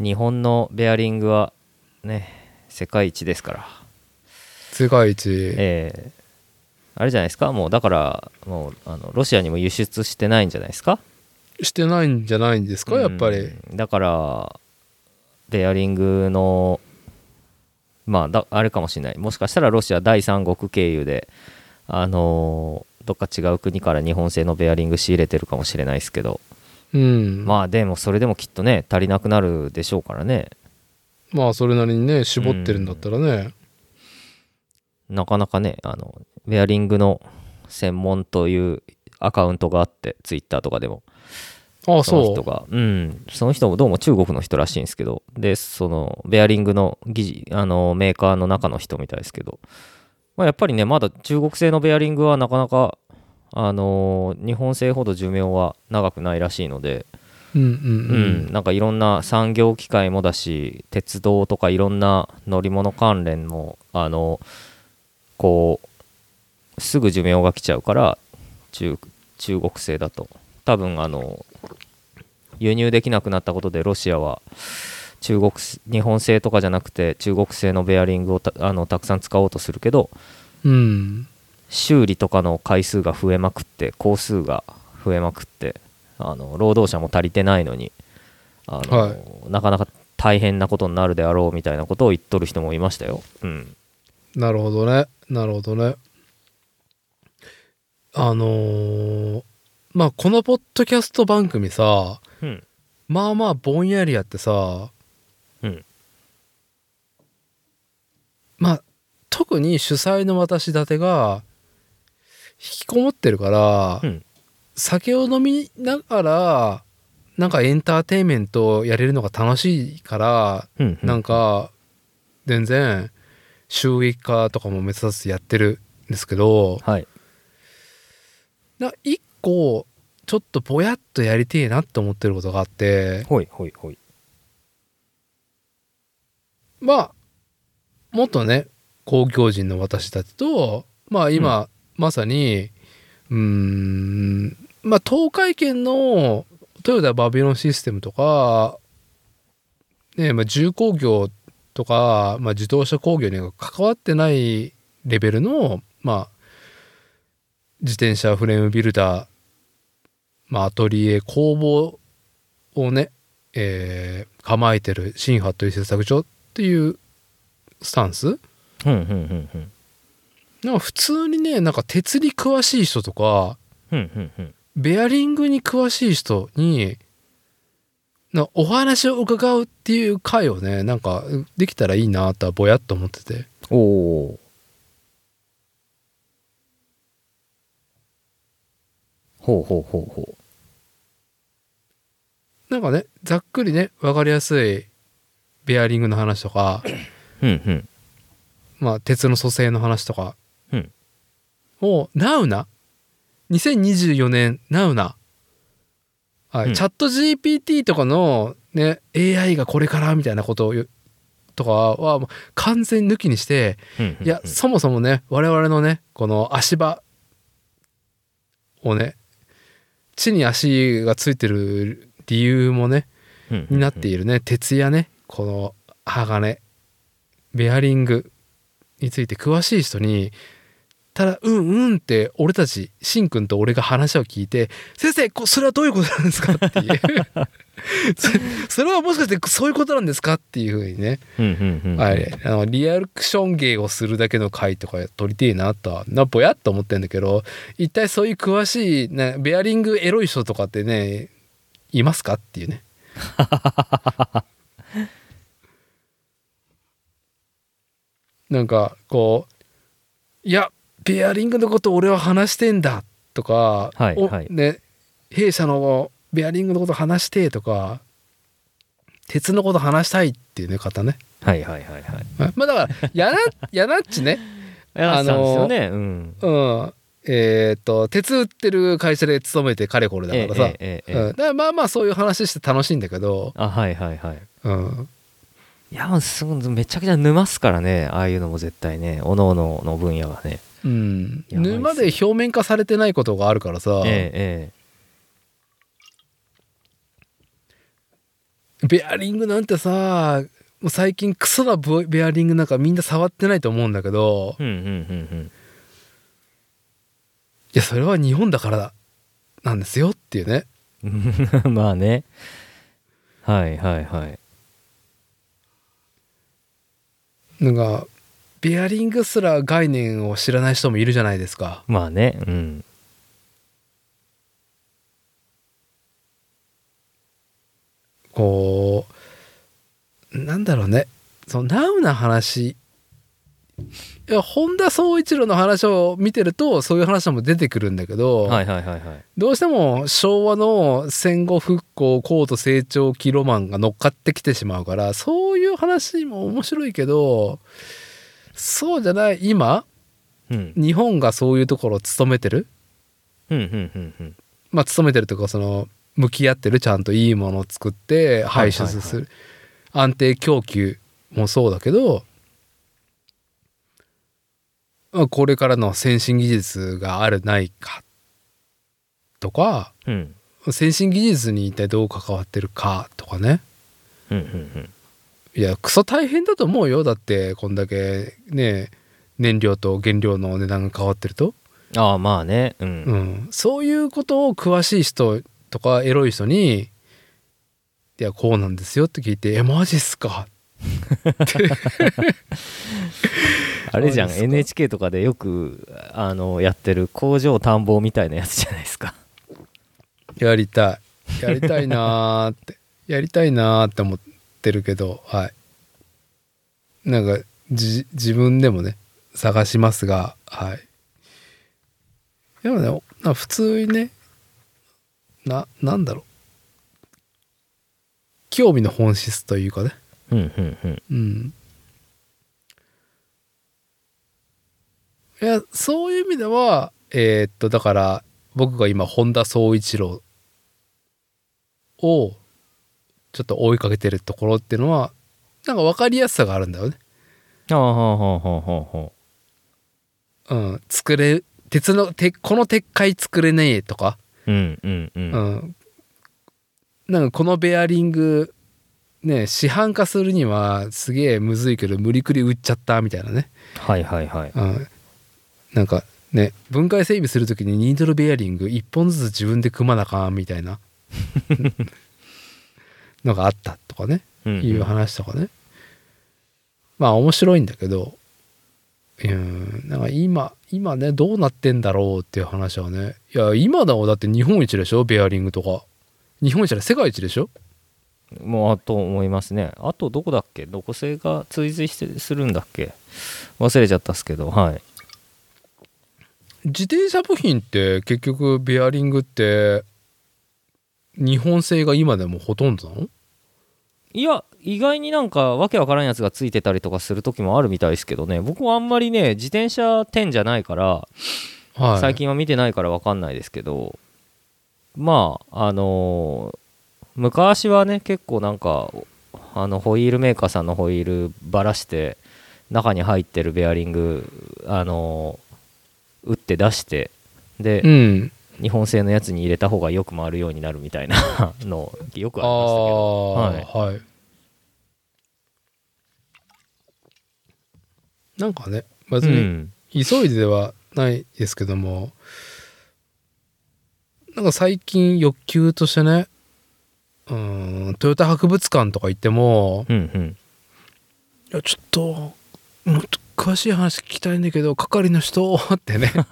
[SPEAKER 1] 日本のベアリングはね世界一ですから
[SPEAKER 2] 世界一。
[SPEAKER 1] えーあれじゃないですかもうだからもうあのロシアにも輸出してないんじゃないですか
[SPEAKER 2] してないんじゃないんですか、やっぱり。
[SPEAKER 1] うんだからベアリングのまあだあれかもしれないもしかしたらロシア第三国経由であのーどっか違う国から日本製のベアリング仕入れてるかもしれないですけど、
[SPEAKER 2] うん。まあ、
[SPEAKER 1] まあでもそれでもきっとね足りなくなるでしょうからね
[SPEAKER 2] それなりにね、絞ってるんだったらね。
[SPEAKER 1] なかなかねあのベアリングの専門というアカウントがあってツイッターとかでも
[SPEAKER 2] ああ、
[SPEAKER 1] その
[SPEAKER 2] そ
[SPEAKER 1] 人が、うん、その人もどうも中国の人らしいんですけど、で、その、ベアリングの技あのメーカーの中の人みたいですけど、まあ、やっぱりね、まだ中国製のベアリングはなかなか、あのー日本製ほど寿命は長くないらしいので、
[SPEAKER 2] う。うんうん
[SPEAKER 1] う、
[SPEAKER 2] うんん。
[SPEAKER 1] なんかいろんな産業機械もだし、鉄道とかいろんな乗り物関連も、あのこう、すぐ寿命が来ちゃうから、中中国製だと。多分あの輸入できなくなったことでロシアは中国す日本製とかじゃなくて中国製のベアリングをたあのたくさん使おうとするけど
[SPEAKER 2] うん。
[SPEAKER 1] 修理とかの回数が増えまくって工数が増えまくってあの労働者も足りてないのにあの、
[SPEAKER 2] はい
[SPEAKER 1] なかなか大変なことになるであろうみたいなことを言っとる人もいましたよ。うん、
[SPEAKER 2] なるほどね。なるほどね。あのーまあ、このポッドキャスト番組さ、
[SPEAKER 1] うん、
[SPEAKER 2] まあまあぼんやりやってさ、
[SPEAKER 1] うん
[SPEAKER 2] まあ特に主催の私立てが引きこもってるから、
[SPEAKER 1] うん
[SPEAKER 2] 酒を飲みながらなんかエンターテインメントをやれるのが楽しいから、
[SPEAKER 1] うん、
[SPEAKER 2] なんか全然収益化とかも目指してやってるんですけど、
[SPEAKER 1] はい、
[SPEAKER 2] な一個ちょっとぼやっとやりてえなって思ってることがあって
[SPEAKER 1] ほいほいほい、
[SPEAKER 2] まあもっとね公共人の私たちとまあ今、まさにうーんまあ東海圏のトヨタバビロンシステムとか、ねまあ、重工業とか、まあ、自動車工業には関わってないレベルの、まあ、自転車フレームビルダー、まあ、アトリエ工房をね、えー構えてる新ハットリ製作所っていうスタンス
[SPEAKER 1] うんうんうんうん
[SPEAKER 2] なんか普通にねなんか鉄に詳しい人とか
[SPEAKER 1] うんうんうん
[SPEAKER 2] ベアリングに詳しい人になんかお話を伺うっていう回をねなんかできたらいいなとはぼやっと思ってて
[SPEAKER 1] おおほうほうほうほ
[SPEAKER 2] なんかねざっくりね分かりやすいベアリングの話とか、
[SPEAKER 1] ううんうん
[SPEAKER 2] まあ、鉄の組成の話とか
[SPEAKER 1] うん
[SPEAKER 2] を「ナウナ」2024年「ナウナ」はい
[SPEAKER 1] うん
[SPEAKER 2] チャット GPT とかの、ね、AI がこれからみたいなことを言うとかはもう完全抜きにして
[SPEAKER 1] うんうんうん
[SPEAKER 2] いや、そもそもね、我々のね、この足場をね、地に足がついてる理由もね、
[SPEAKER 1] うんうんうん
[SPEAKER 2] になっているね、鉄やね、この鋼、ベアリングについて詳しい人に、ただ、うんうんって、俺たち、しんくんと俺が話を聞いて、先生、こそれはどういうことなんですかっていう。そそれはもしかしてそういうことなんですかっていうふうにね、
[SPEAKER 1] うんうんうん
[SPEAKER 2] はい、あのリアクション芸をするだけの回とか撮りてえなとはなぼやっと思ってんだけど一体そういう詳しい、ね、ベアリングエロい人とかってねいますかってい うねなんかこう「いやベアリングのこと俺は話してんだ」とか「
[SPEAKER 1] はい
[SPEAKER 2] お
[SPEAKER 1] はい
[SPEAKER 2] ね、弊社のベアリングのこと話して」とか「鉄のこと話したい」っていうね方ね
[SPEAKER 1] はいはいはいはい
[SPEAKER 2] まあだからやな やなっちね、
[SPEAKER 1] あの
[SPEAKER 2] あ
[SPEAKER 1] ですよ
[SPEAKER 2] の
[SPEAKER 1] ねうん
[SPEAKER 2] うん、えーっと鉄売ってる会社で勤めてかれこれだからさ、
[SPEAKER 1] ええええええ
[SPEAKER 2] うん、だからまあまあそういう話して楽しいんだけど、
[SPEAKER 1] あはいはいはい
[SPEAKER 2] うん、
[SPEAKER 1] いやすごいめちゃくちゃ沼すからねああいうのも絶対ねおのおのの分野はね
[SPEAKER 2] うん、
[SPEAKER 1] やばいっすね
[SPEAKER 2] 沼で表面化されてないことがあるからさ、
[SPEAKER 1] ええ
[SPEAKER 2] ベアリングなんてさもう最近クソなブベアリングなんかみんな触ってないと思うんだけど
[SPEAKER 1] ええうんうんうんうん
[SPEAKER 2] いやそれは日本だからだなんですよっていうね
[SPEAKER 1] うん まあねはいはいはい
[SPEAKER 2] なんかベアリングすら概念を知らない人もいるじゃないですか。
[SPEAKER 1] まあねうん
[SPEAKER 2] こうなんだろうねそのナウな話いや本田宗一郎の話を見てるとそういう話も出てくるんだけど、
[SPEAKER 1] はいはいはいはい
[SPEAKER 2] どうしても昭和の戦後復興高度成長期ロマンが乗っかってきてしまうからそういう話も面白いけどそうじゃない今
[SPEAKER 1] うん
[SPEAKER 2] 日本がそういうところを務めてる
[SPEAKER 1] うんうんうんうん
[SPEAKER 2] まあ、勤めてるとかその向き合ってるちゃんといいものを作って排出する、安定供給もそうだけど、まあ、これからの先進技術があるないかとか
[SPEAKER 1] うん
[SPEAKER 2] 先進技術に一体どう関わってるかとかね
[SPEAKER 1] うんうん
[SPEAKER 2] いやクソ大変だと思うよだってこんだけね燃料と原料の値段が変わってる
[SPEAKER 1] う
[SPEAKER 2] と。
[SPEAKER 1] んああまあねう
[SPEAKER 2] うんん、そういうことを詳しい人とかエロい人に「いやこうなんですよ」って聞いて「えマジっすか?
[SPEAKER 1] あれじゃん
[SPEAKER 2] そうですか
[SPEAKER 1] NHK とかでよくあのやってる工場探訪みたいなやつじゃないですか」
[SPEAKER 2] やりたいやりたいなーって やりたいなーって思ってるけどはいなんかじ自分でもね探しますがはいでもねおな普通にねななんだろう興味の本質というかね
[SPEAKER 1] うんうんうん
[SPEAKER 2] うん。いや、そういう意味では、えーっと、だから、僕が今、本田宗一郎を、ちょっと追いかけてるところっていうのは、なんか分かりやすさがあるんだよね。
[SPEAKER 1] ああほうほうほうほうほ
[SPEAKER 2] うん。作れ、鉄の、鉄この鉄塊作れねえとか、
[SPEAKER 1] ううんうんう
[SPEAKER 2] うんん。なんかこのベアリング、ね、市販化するにはすげえむずいけど無理くり売っちゃったみたいなね
[SPEAKER 1] はいはいはい
[SPEAKER 2] うんなんかね分解整備する時にニードルベアリング1本ずつ自分で組まなあかんみたい なのがあったとかね、
[SPEAKER 1] うんうん
[SPEAKER 2] いう話とかね、まあ面白いんだけどうんなんか今今ねどうなってんだろうっていう話はねいや今だもだって日本一でしょベアリングとか日本一じゃない世界一でしょ
[SPEAKER 1] もうと思いますねあとどこだっけどこ製が追随してするんだっけ忘れちゃったっすけどはい
[SPEAKER 2] 自転車部品って結局ベアリングって日本製が今でもほとんどなの
[SPEAKER 1] いや意外になんかわけわからんやつがついてたりとかする時もあるみたいですけどね僕はあんまりね自転車店じゃないから
[SPEAKER 2] はい、
[SPEAKER 1] 最近は見てないからわかんないですけどまああのー昔はね結構なんかあのホイールメーカーさんのホイールばらして中に入ってるベアリングあのー打って出してで、
[SPEAKER 2] うん
[SPEAKER 1] 日本製のやつに入れた方がよく回るようになるみたいな のよくありましたけどり
[SPEAKER 2] ああ
[SPEAKER 1] ました
[SPEAKER 2] ーはい、なんかね別
[SPEAKER 1] う
[SPEAKER 2] に
[SPEAKER 1] ん
[SPEAKER 2] 急いではないですけども、なんか最近欲求としてねうーんトヨタ博物館とか行っても
[SPEAKER 1] うんうん
[SPEAKER 2] いやちょっともっと詳しい話聞きたいんだけど係の人 っ てね係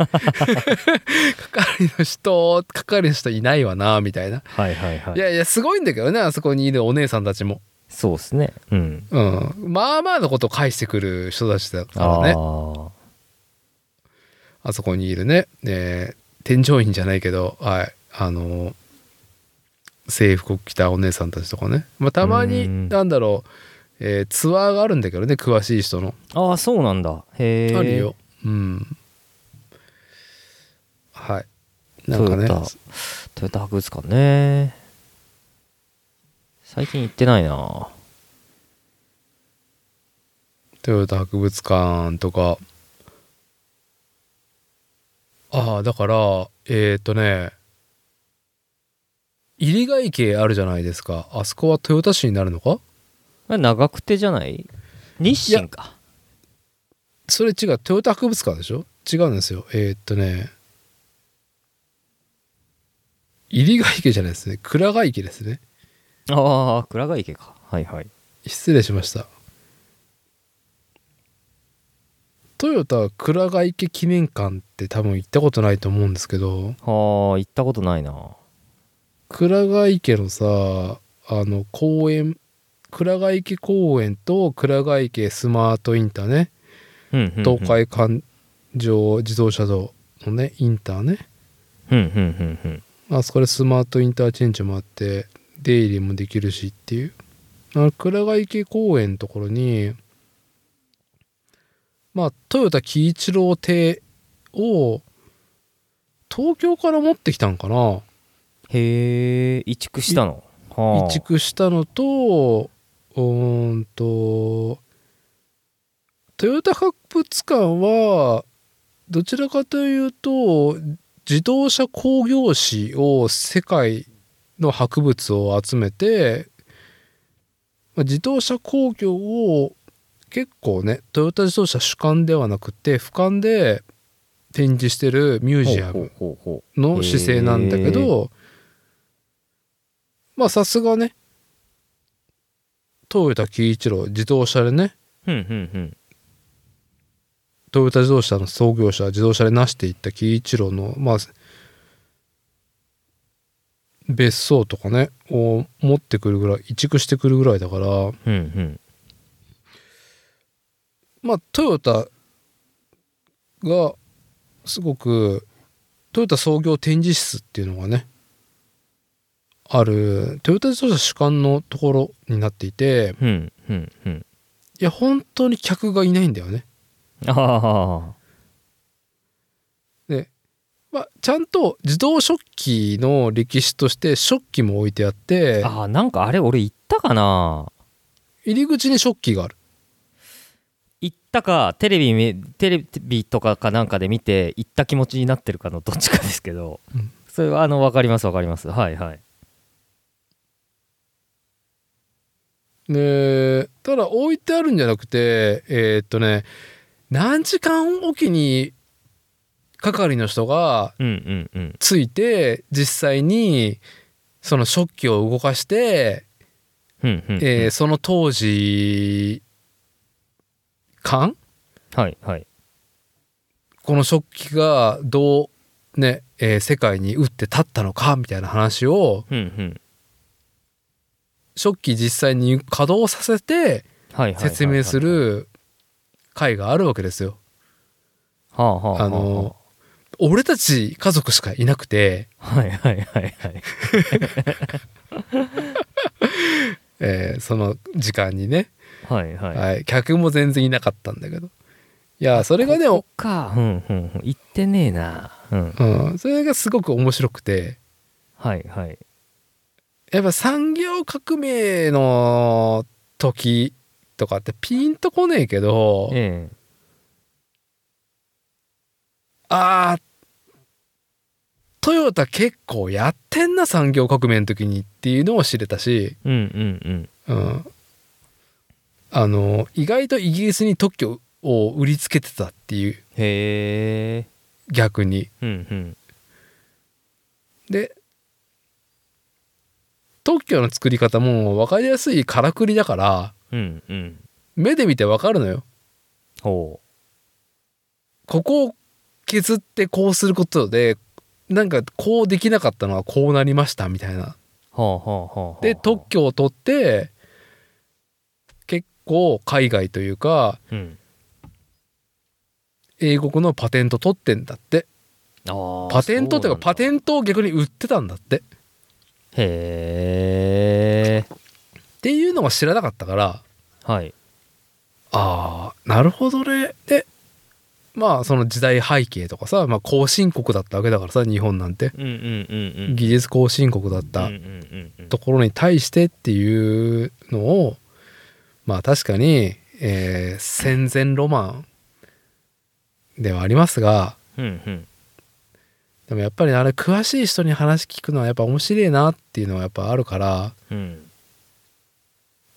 [SPEAKER 2] の人係の人いないわなみたいな、
[SPEAKER 1] はいはいはい
[SPEAKER 2] いやいやすごいんだけどねあそこにいるお姉さんたちも
[SPEAKER 1] そうですねうん
[SPEAKER 2] うん、まあまあのことを返してくる人たちだか
[SPEAKER 1] あ
[SPEAKER 2] らねあ
[SPEAKER 1] ー
[SPEAKER 2] そこにいるね、えー添乗員じゃないけど、はい、あの制服を着たお姉さんたちとかね、まあ、たま
[SPEAKER 1] う
[SPEAKER 2] に
[SPEAKER 1] ん
[SPEAKER 2] なんだろう、えーツアーがあるんだけどね詳しい人の、
[SPEAKER 1] あーそうなんだへえ
[SPEAKER 2] あるようんはいなん
[SPEAKER 1] ト
[SPEAKER 2] か
[SPEAKER 1] ヨ
[SPEAKER 2] ね
[SPEAKER 1] タトヨタ博物館ね最近行ってないな
[SPEAKER 2] トヨタ博物館とかああだからえーっ、とね入ヶ池あるじゃないですかあそこは豊田市になるのか
[SPEAKER 1] あれ長久手じゃない日清か
[SPEAKER 2] それ違う豊田博物館でしょ違うんですよえーっ、とね入ヶ池じゃないですね倉ヶ池ですね
[SPEAKER 1] ああ倉ヶ池かはいはい
[SPEAKER 2] 失礼しましたトヨタ倉ヶ池記念館って多分行ったことないと思うんですけど
[SPEAKER 1] あー行ったことないな
[SPEAKER 2] 倉ヶ池のさあの公園倉ヶ池公園と倉ヶ池スマートインターね
[SPEAKER 1] うんうんうん
[SPEAKER 2] 東海環状自動車道のねインターね
[SPEAKER 1] うんうんうんうん
[SPEAKER 2] あそこでスマートインターチェンジもあって出入りもできるしっていうあの倉ヶ池公園のところにまあ豊田喜一郎邸を東京から持ってきたんかな
[SPEAKER 1] へえ移築したのはあ
[SPEAKER 2] 移築したのとうーんと豊田博物館はどちらかというと自動車工業史を世界の博物を集めてまあ自動車工業を結構ねトヨタ自動車主観ではなくて俯瞰で展示してるミュージアム
[SPEAKER 1] ほうほうほう
[SPEAKER 2] の姿勢なんだけ
[SPEAKER 1] へ
[SPEAKER 2] ど、まあさすがねトヨタ喜一郎自動車でね
[SPEAKER 1] ほううんうんうん
[SPEAKER 2] トヨタ自動車の創業者自動車で成していった喜一郎のまあ別荘とかねを持ってくるぐらい移築してくるぐらいだから
[SPEAKER 1] うんうん
[SPEAKER 2] まあトヨタがすごくトヨタ創業展示室っていうのがねあるトヨタ自動車主管のところになっていて
[SPEAKER 1] うんうんうん
[SPEAKER 2] いや本当に客がいないんだよね。
[SPEAKER 1] ああ
[SPEAKER 2] まあ、ちゃんと自動食器の歴史として食器も置いてあって
[SPEAKER 1] あーなんかあれ俺行ったかな
[SPEAKER 2] 入り口に食器がある。
[SPEAKER 1] 行ったかテレビめテレビとかかなんかで見て行った気持ちになってるかのどっちかですけど、
[SPEAKER 2] うん
[SPEAKER 1] それはあの分かります分かりますはいはい
[SPEAKER 2] でただ置いてあるんじゃなくてえーっとね何時間おきに係の人が
[SPEAKER 1] うんうんうん
[SPEAKER 2] ついて実際にその食器を動かして、
[SPEAKER 1] うんうんうん
[SPEAKER 2] えーその当時缶
[SPEAKER 1] はいはい
[SPEAKER 2] この食器がどうね、えー世界に打って立ったのかみたいな話を
[SPEAKER 1] うんうん
[SPEAKER 2] 食器実際に稼働させて
[SPEAKER 1] はいはいはいはい
[SPEAKER 2] 説明する回があるわけですよ。
[SPEAKER 1] はあはあはあ
[SPEAKER 2] あの俺たち家族しかいなくて、
[SPEAKER 1] はいはいはいはい
[SPEAKER 2] えーその時間にね、
[SPEAKER 1] はいはい
[SPEAKER 2] はい、客も全然いなかったんだけどいやそれがね、
[SPEAKER 1] ここかうんうんうん言ってねえなうん
[SPEAKER 2] うん、それがすごく面白くて
[SPEAKER 1] はいはい
[SPEAKER 2] やっぱ産業革命の時とかってピンとこねえけど
[SPEAKER 1] ええ
[SPEAKER 2] あートヨタ結構やってんな産業革命の時にっていうのを知れたし、
[SPEAKER 1] うんうん
[SPEAKER 2] うん、あの意外とイギリスに特許を売りつけてたっていう
[SPEAKER 1] うんへえ
[SPEAKER 2] 逆に
[SPEAKER 1] うんうん
[SPEAKER 2] で特許の作り方も分かりやすいからくりだから
[SPEAKER 1] うんうん
[SPEAKER 2] 目で見て分かるのよ
[SPEAKER 1] ほ
[SPEAKER 2] ここを削ってこうすることでなんかこうできなかったのはこうなりましたみたい
[SPEAKER 1] う
[SPEAKER 2] な
[SPEAKER 1] はあはあはあはあ
[SPEAKER 2] で特許を取って結構海外というか
[SPEAKER 1] うん
[SPEAKER 2] 英国のパテント取ってんだって
[SPEAKER 1] あ
[SPEAKER 2] パテントっていうかパテ
[SPEAKER 1] ン
[SPEAKER 2] ントを逆に売ってたんだってっ
[SPEAKER 1] へえ
[SPEAKER 2] ていうのが知らなかったから
[SPEAKER 1] はい
[SPEAKER 2] ああなるほどねでまあその時代背景とかさ、まあ、後進国だったわけだからさ日本なんて
[SPEAKER 1] うんうんうんうん
[SPEAKER 2] 技術後進国だった
[SPEAKER 1] うんうんうんうん
[SPEAKER 2] ところに対してっていうのをまあ確かに、えー戦前ロマンではありますが
[SPEAKER 1] うんうん
[SPEAKER 2] でもやっぱりあれ詳しい人に話聞くのはやっぱ面白いなっていうのはやっぱあるから
[SPEAKER 1] うん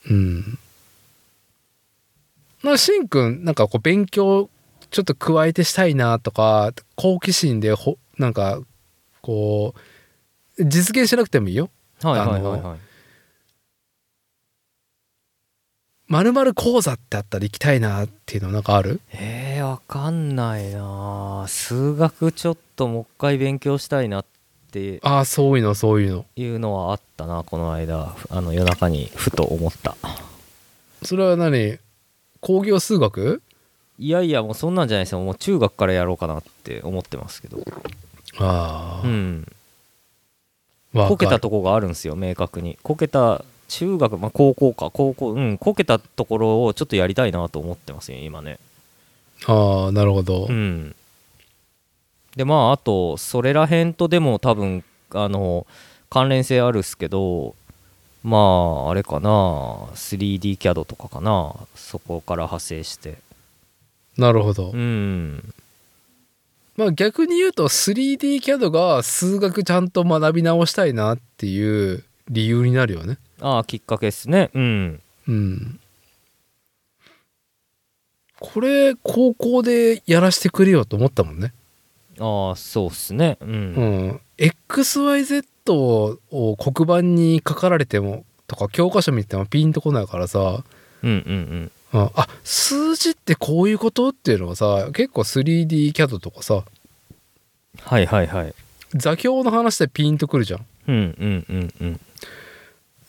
[SPEAKER 2] うん。まあしんくんなんかこう勉強ちょっと加えてしたいなとか好奇心でほなんかこう実現しなくてもいいよ。
[SPEAKER 1] はいはいはいはい
[SPEAKER 2] まるまる講座ってあったら行きたいなっていうのなんかある
[SPEAKER 1] えー、わかんないな数学ちょっともう一回勉強したいなって
[SPEAKER 2] ああそういうのそういうの
[SPEAKER 1] いうのはあったなこの間あの夜中にふと思った
[SPEAKER 2] それは何工業数学
[SPEAKER 1] いやいやもうそんなんじゃないですよもう中学からやろうかなって思ってますけど
[SPEAKER 2] あ
[SPEAKER 1] う
[SPEAKER 2] あ、
[SPEAKER 1] ん
[SPEAKER 2] わ
[SPEAKER 1] こけ
[SPEAKER 2] か
[SPEAKER 1] た
[SPEAKER 2] る
[SPEAKER 1] とこがあるんですよ明確にこけた中学まあ高校か高校うんこけたところをちょっとやりたいなと思ってますよ今ね
[SPEAKER 2] ああなるほど、
[SPEAKER 1] うん、でまああとそれら辺とでも多分あの関連性あるっすけどまああれかな 3DCAD とかかなそこから派生して
[SPEAKER 2] なるほど、
[SPEAKER 1] うん
[SPEAKER 2] まあ逆に言うと 3DCAD が数学ちゃんと学び直したいなっていう理由になるよね
[SPEAKER 1] ああきっかけっすねうん
[SPEAKER 2] うんこれ高校でやらしてくれよと思ったもんね
[SPEAKER 1] ああそうっすねう、
[SPEAKER 2] うんん XYZ を黒板に書かれてもとか教科書見てもピンとこないからさ
[SPEAKER 1] うん、うんうん
[SPEAKER 2] うんあ数字ってこういうことっていうのがさ結構 3DCAD とかさ
[SPEAKER 1] はいはいはい
[SPEAKER 2] 座標の話でピンとくるじゃん
[SPEAKER 1] うんうんうんうん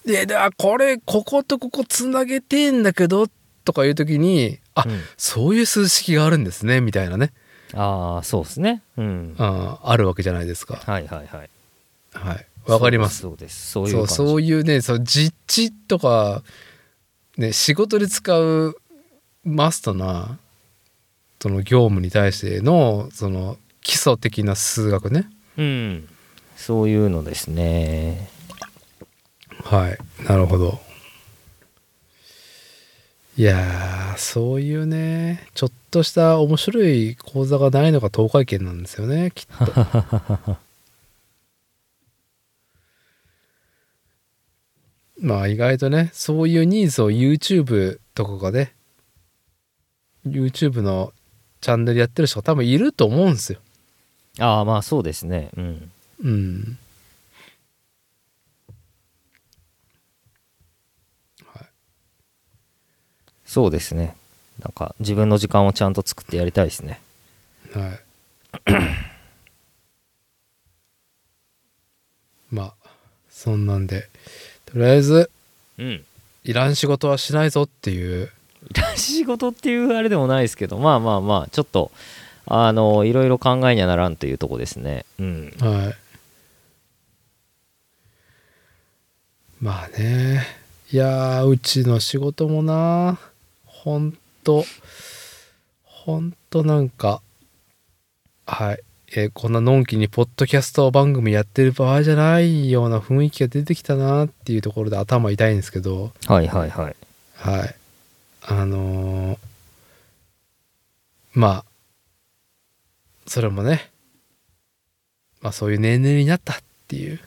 [SPEAKER 2] で、であこれ、こことここつなげてんだけど、とかいう時に、あ、
[SPEAKER 1] うん
[SPEAKER 2] そういう数式があるんですね、みたいなね、
[SPEAKER 1] ああそうっすねうん
[SPEAKER 2] ああるわけじゃないですか。
[SPEAKER 1] はいはいはい
[SPEAKER 2] はい。わかります。
[SPEAKER 1] そうですそうです
[SPEAKER 2] そう、
[SPEAKER 1] そういう
[SPEAKER 2] そ
[SPEAKER 1] 感
[SPEAKER 2] う
[SPEAKER 1] じ
[SPEAKER 2] いうね、そう、実地とか、ね、仕事で使うマストな、その業務に対しての、その、基礎的な数学ね。
[SPEAKER 1] うんそういうのですね
[SPEAKER 2] はい。なるほど。いやー、そういうね、ちょっとした面白い講座がないのが東海圏なんですよね、きっと。 まあ意外とね、そういうニーズを YouTube とかがね、YouTube のチャンネルやってる人が多分いると思うんですよ。
[SPEAKER 1] ああまあそうですねうん
[SPEAKER 2] うん。はい。
[SPEAKER 1] そうですねなんか自分の時間をちゃんと作ってやりたいですね
[SPEAKER 2] はい。まあ、そんなんで、とりあえず、
[SPEAKER 1] うん
[SPEAKER 2] いらん仕事はしないぞっていう、
[SPEAKER 1] 仕事っていうあれでもないですけどまあまあまあちょっとあのいろいろ考えにはならんというとこですねうん
[SPEAKER 2] はい。まあね、いやー、うちの仕事もな、ほんと、ほんとなんか、はい。えーこんなのんきにポッドキャスト番組やってる場合じゃないような雰囲気が出てきたなっていうところで頭痛いんですけど、
[SPEAKER 1] はいはいはい
[SPEAKER 2] はい。あのーまあ、それもね、まあそういう年齢になったっていう。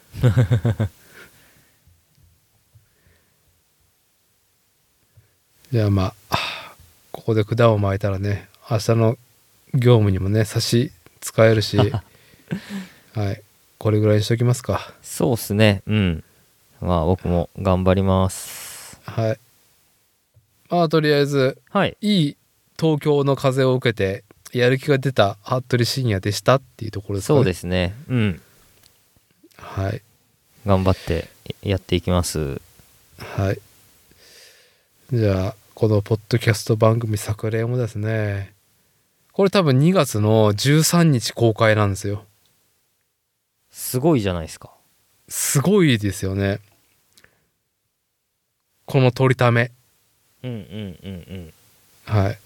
[SPEAKER 2] じゃあまあ、ここで管を巻いたらね、明日の業務にもね、差し使えるし、はい。これぐらいにしときますか。
[SPEAKER 1] そうっすねうんまあ僕も頑張ります
[SPEAKER 2] はい。まあとりあえず、
[SPEAKER 1] はい
[SPEAKER 2] いい東京の風を受けてやる気が出た服部真也でしたっていうところですかね。。
[SPEAKER 1] そうですすねうん
[SPEAKER 2] はい。
[SPEAKER 1] 頑張ってやっていきます
[SPEAKER 2] はい。じゃあ、このポッドキャスト番組作例もですね、これ多分2月の13日公開なんですよ。
[SPEAKER 1] すごいじゃないですか
[SPEAKER 2] すごいですよね。この取りため。
[SPEAKER 1] うんうんうんうん
[SPEAKER 2] はい。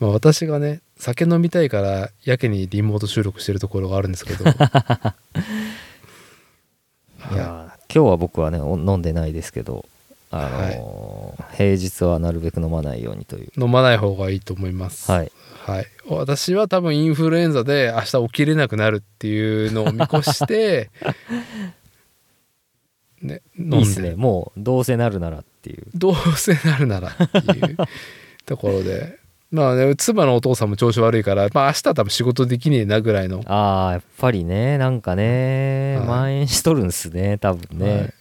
[SPEAKER 2] まあ私がね、酒飲みたいからやけにリモート収録してるところがあるんです けど。はい
[SPEAKER 1] いやー今日は僕はねお飲んでないですけど、あのー平日はなるべく飲まないようにという
[SPEAKER 2] 飲まない方がいいと思います。
[SPEAKER 1] はい
[SPEAKER 2] はい。私は多分インフルエンザで明日起きれなくなるっていうのを見越 して、ね、飲ん
[SPEAKER 1] いいっすねもうどうせなるならっていう
[SPEAKER 2] どうせなるならって いうところで。まあね、妻のお父さんも調子悪いから、まあ明日は多分仕事できねえなぐらいの。
[SPEAKER 1] あーやっぱりねなんかね、
[SPEAKER 2] はい
[SPEAKER 1] 蔓延しとるんすね多分ね、
[SPEAKER 2] はい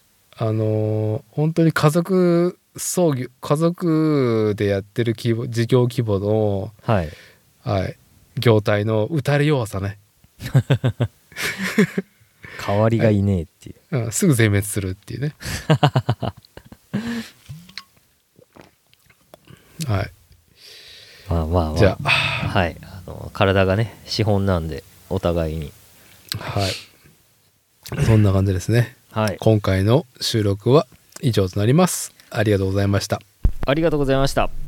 [SPEAKER 2] あのー本当に家族葬儀、家族でやってる規模、事業規模の、
[SPEAKER 1] はい。
[SPEAKER 2] はい、業態の打たれ弱さね。
[SPEAKER 1] 変わりがいねえっていう。
[SPEAKER 2] うん、すぐ全滅するっていう ねはい
[SPEAKER 1] まあまあまあ。
[SPEAKER 2] じゃあ
[SPEAKER 1] はい。あの、体がね、資本なんで、お互いに。
[SPEAKER 2] はいそんな感じですね
[SPEAKER 1] はい。
[SPEAKER 2] 今回の収録は以上となりますありがとうございました
[SPEAKER 1] ありがとうございました。